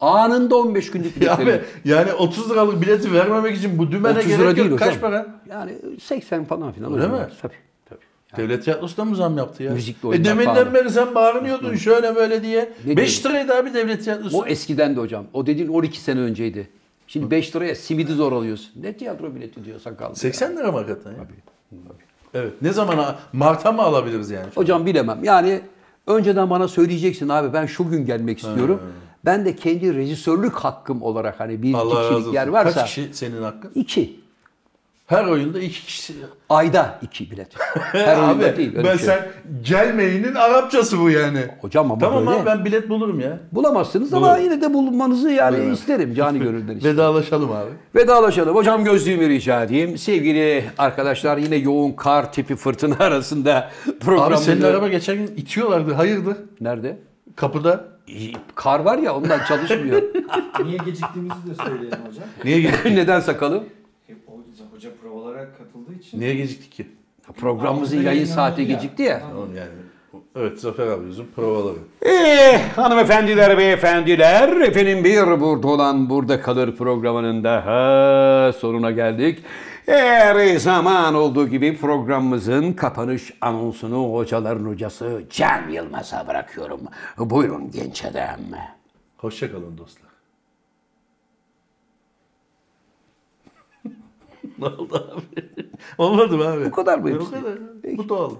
Speaker 1: Anında 15 günlük
Speaker 2: Ya abi
Speaker 1: biletleri.
Speaker 2: yani 30 liralık bileti vermemek için bu dümene
Speaker 1: 30
Speaker 2: gerek
Speaker 1: lira
Speaker 2: yok.
Speaker 1: değil hocam.
Speaker 2: Kaç para?
Speaker 1: Yani 80 falan filan.
Speaker 2: Öyle
Speaker 1: hocam.
Speaker 2: mi?
Speaker 1: Tabii. tabii.
Speaker 2: Devlet tiyatrosu da mı zam yaptı ya?
Speaker 1: Müzikli
Speaker 2: e
Speaker 1: oyunlar pahalı.
Speaker 2: deminden beri sen bağırıyordun şöyle böyle diye.
Speaker 1: Ne
Speaker 2: 5 liraydı abi devlet tiyatrosu.
Speaker 1: O eskiden de hocam. O dediğin 12 sene önceydi. Şimdi 5 liraya simidi zor alıyorsun. Ne tiyatro bileti diyor sakal.
Speaker 2: 80 lira mı hakikaten ya? Evet. Ne zaman? Mart'a mı alabiliriz yani?
Speaker 1: Hocam bilemem. Yani önceden bana söyleyeceksin abi ben şu gün gelmek istiyorum. Ben de kendi rejisörlük hakkım olarak hani bir
Speaker 2: Allah
Speaker 1: iki
Speaker 2: razı
Speaker 1: kişilik
Speaker 2: olsun.
Speaker 1: yer varsa.
Speaker 2: Kaç kişi senin hakkın?
Speaker 1: iki.
Speaker 2: Her oyunda iki kişi.
Speaker 1: Ayda iki bilet. Her
Speaker 2: Abi,
Speaker 1: oyunda değil. öyle
Speaker 2: ben
Speaker 1: bir şey.
Speaker 2: sen gelmeyinin Arapçası bu yani.
Speaker 1: Hocam ama
Speaker 2: tamam
Speaker 1: böyle.
Speaker 2: abi ben bilet bulurum ya.
Speaker 1: Bulamazsınız ama
Speaker 2: Bulur.
Speaker 1: yine de bulunmanızı yani
Speaker 2: Buyurun.
Speaker 1: isterim. Cani gönülden isterim.
Speaker 2: Vedalaşalım abi.
Speaker 1: Vedalaşalım. Hocam gözlüğümü rica edeyim. Sevgili arkadaşlar yine yoğun kar tipi fırtına arasında
Speaker 2: Abi
Speaker 1: programımızı...
Speaker 2: senin araba geçen gün itiyorlardı. Hayırdır?
Speaker 1: Nerede?
Speaker 2: Kapıda.
Speaker 1: İyi, Kar var ya ondan çalışmıyor.
Speaker 4: Niye geciktiğimizi de söyleyelim hocam.
Speaker 2: Niye geciktik?
Speaker 1: Neden sakalım?
Speaker 4: E, o hoca provalara katıldığı için.
Speaker 2: Niye geciktik ki?
Speaker 1: Programımızın
Speaker 4: Altıda
Speaker 1: yayın
Speaker 4: yayınlandı
Speaker 1: saati
Speaker 4: ya.
Speaker 1: gecikti ya.
Speaker 2: Tamam yani. Evet Zafer abimizin provaları.
Speaker 1: Eh, hanımefendiler, beyefendiler, efendim bir burada olan burada kalır programının daha sonuna geldik. Her zaman olduğu gibi programımızın kapanış anonsunu hocaların hocası Can Yılmaz'a bırakıyorum. Buyurun genç adam.
Speaker 2: Hoşçakalın dostlar. ne oldu abi? Olmadı mı abi?
Speaker 1: Bu kadar mı
Speaker 2: Bu
Speaker 1: hepsi?
Speaker 2: kadar.
Speaker 1: Peki.
Speaker 2: Bu doğal.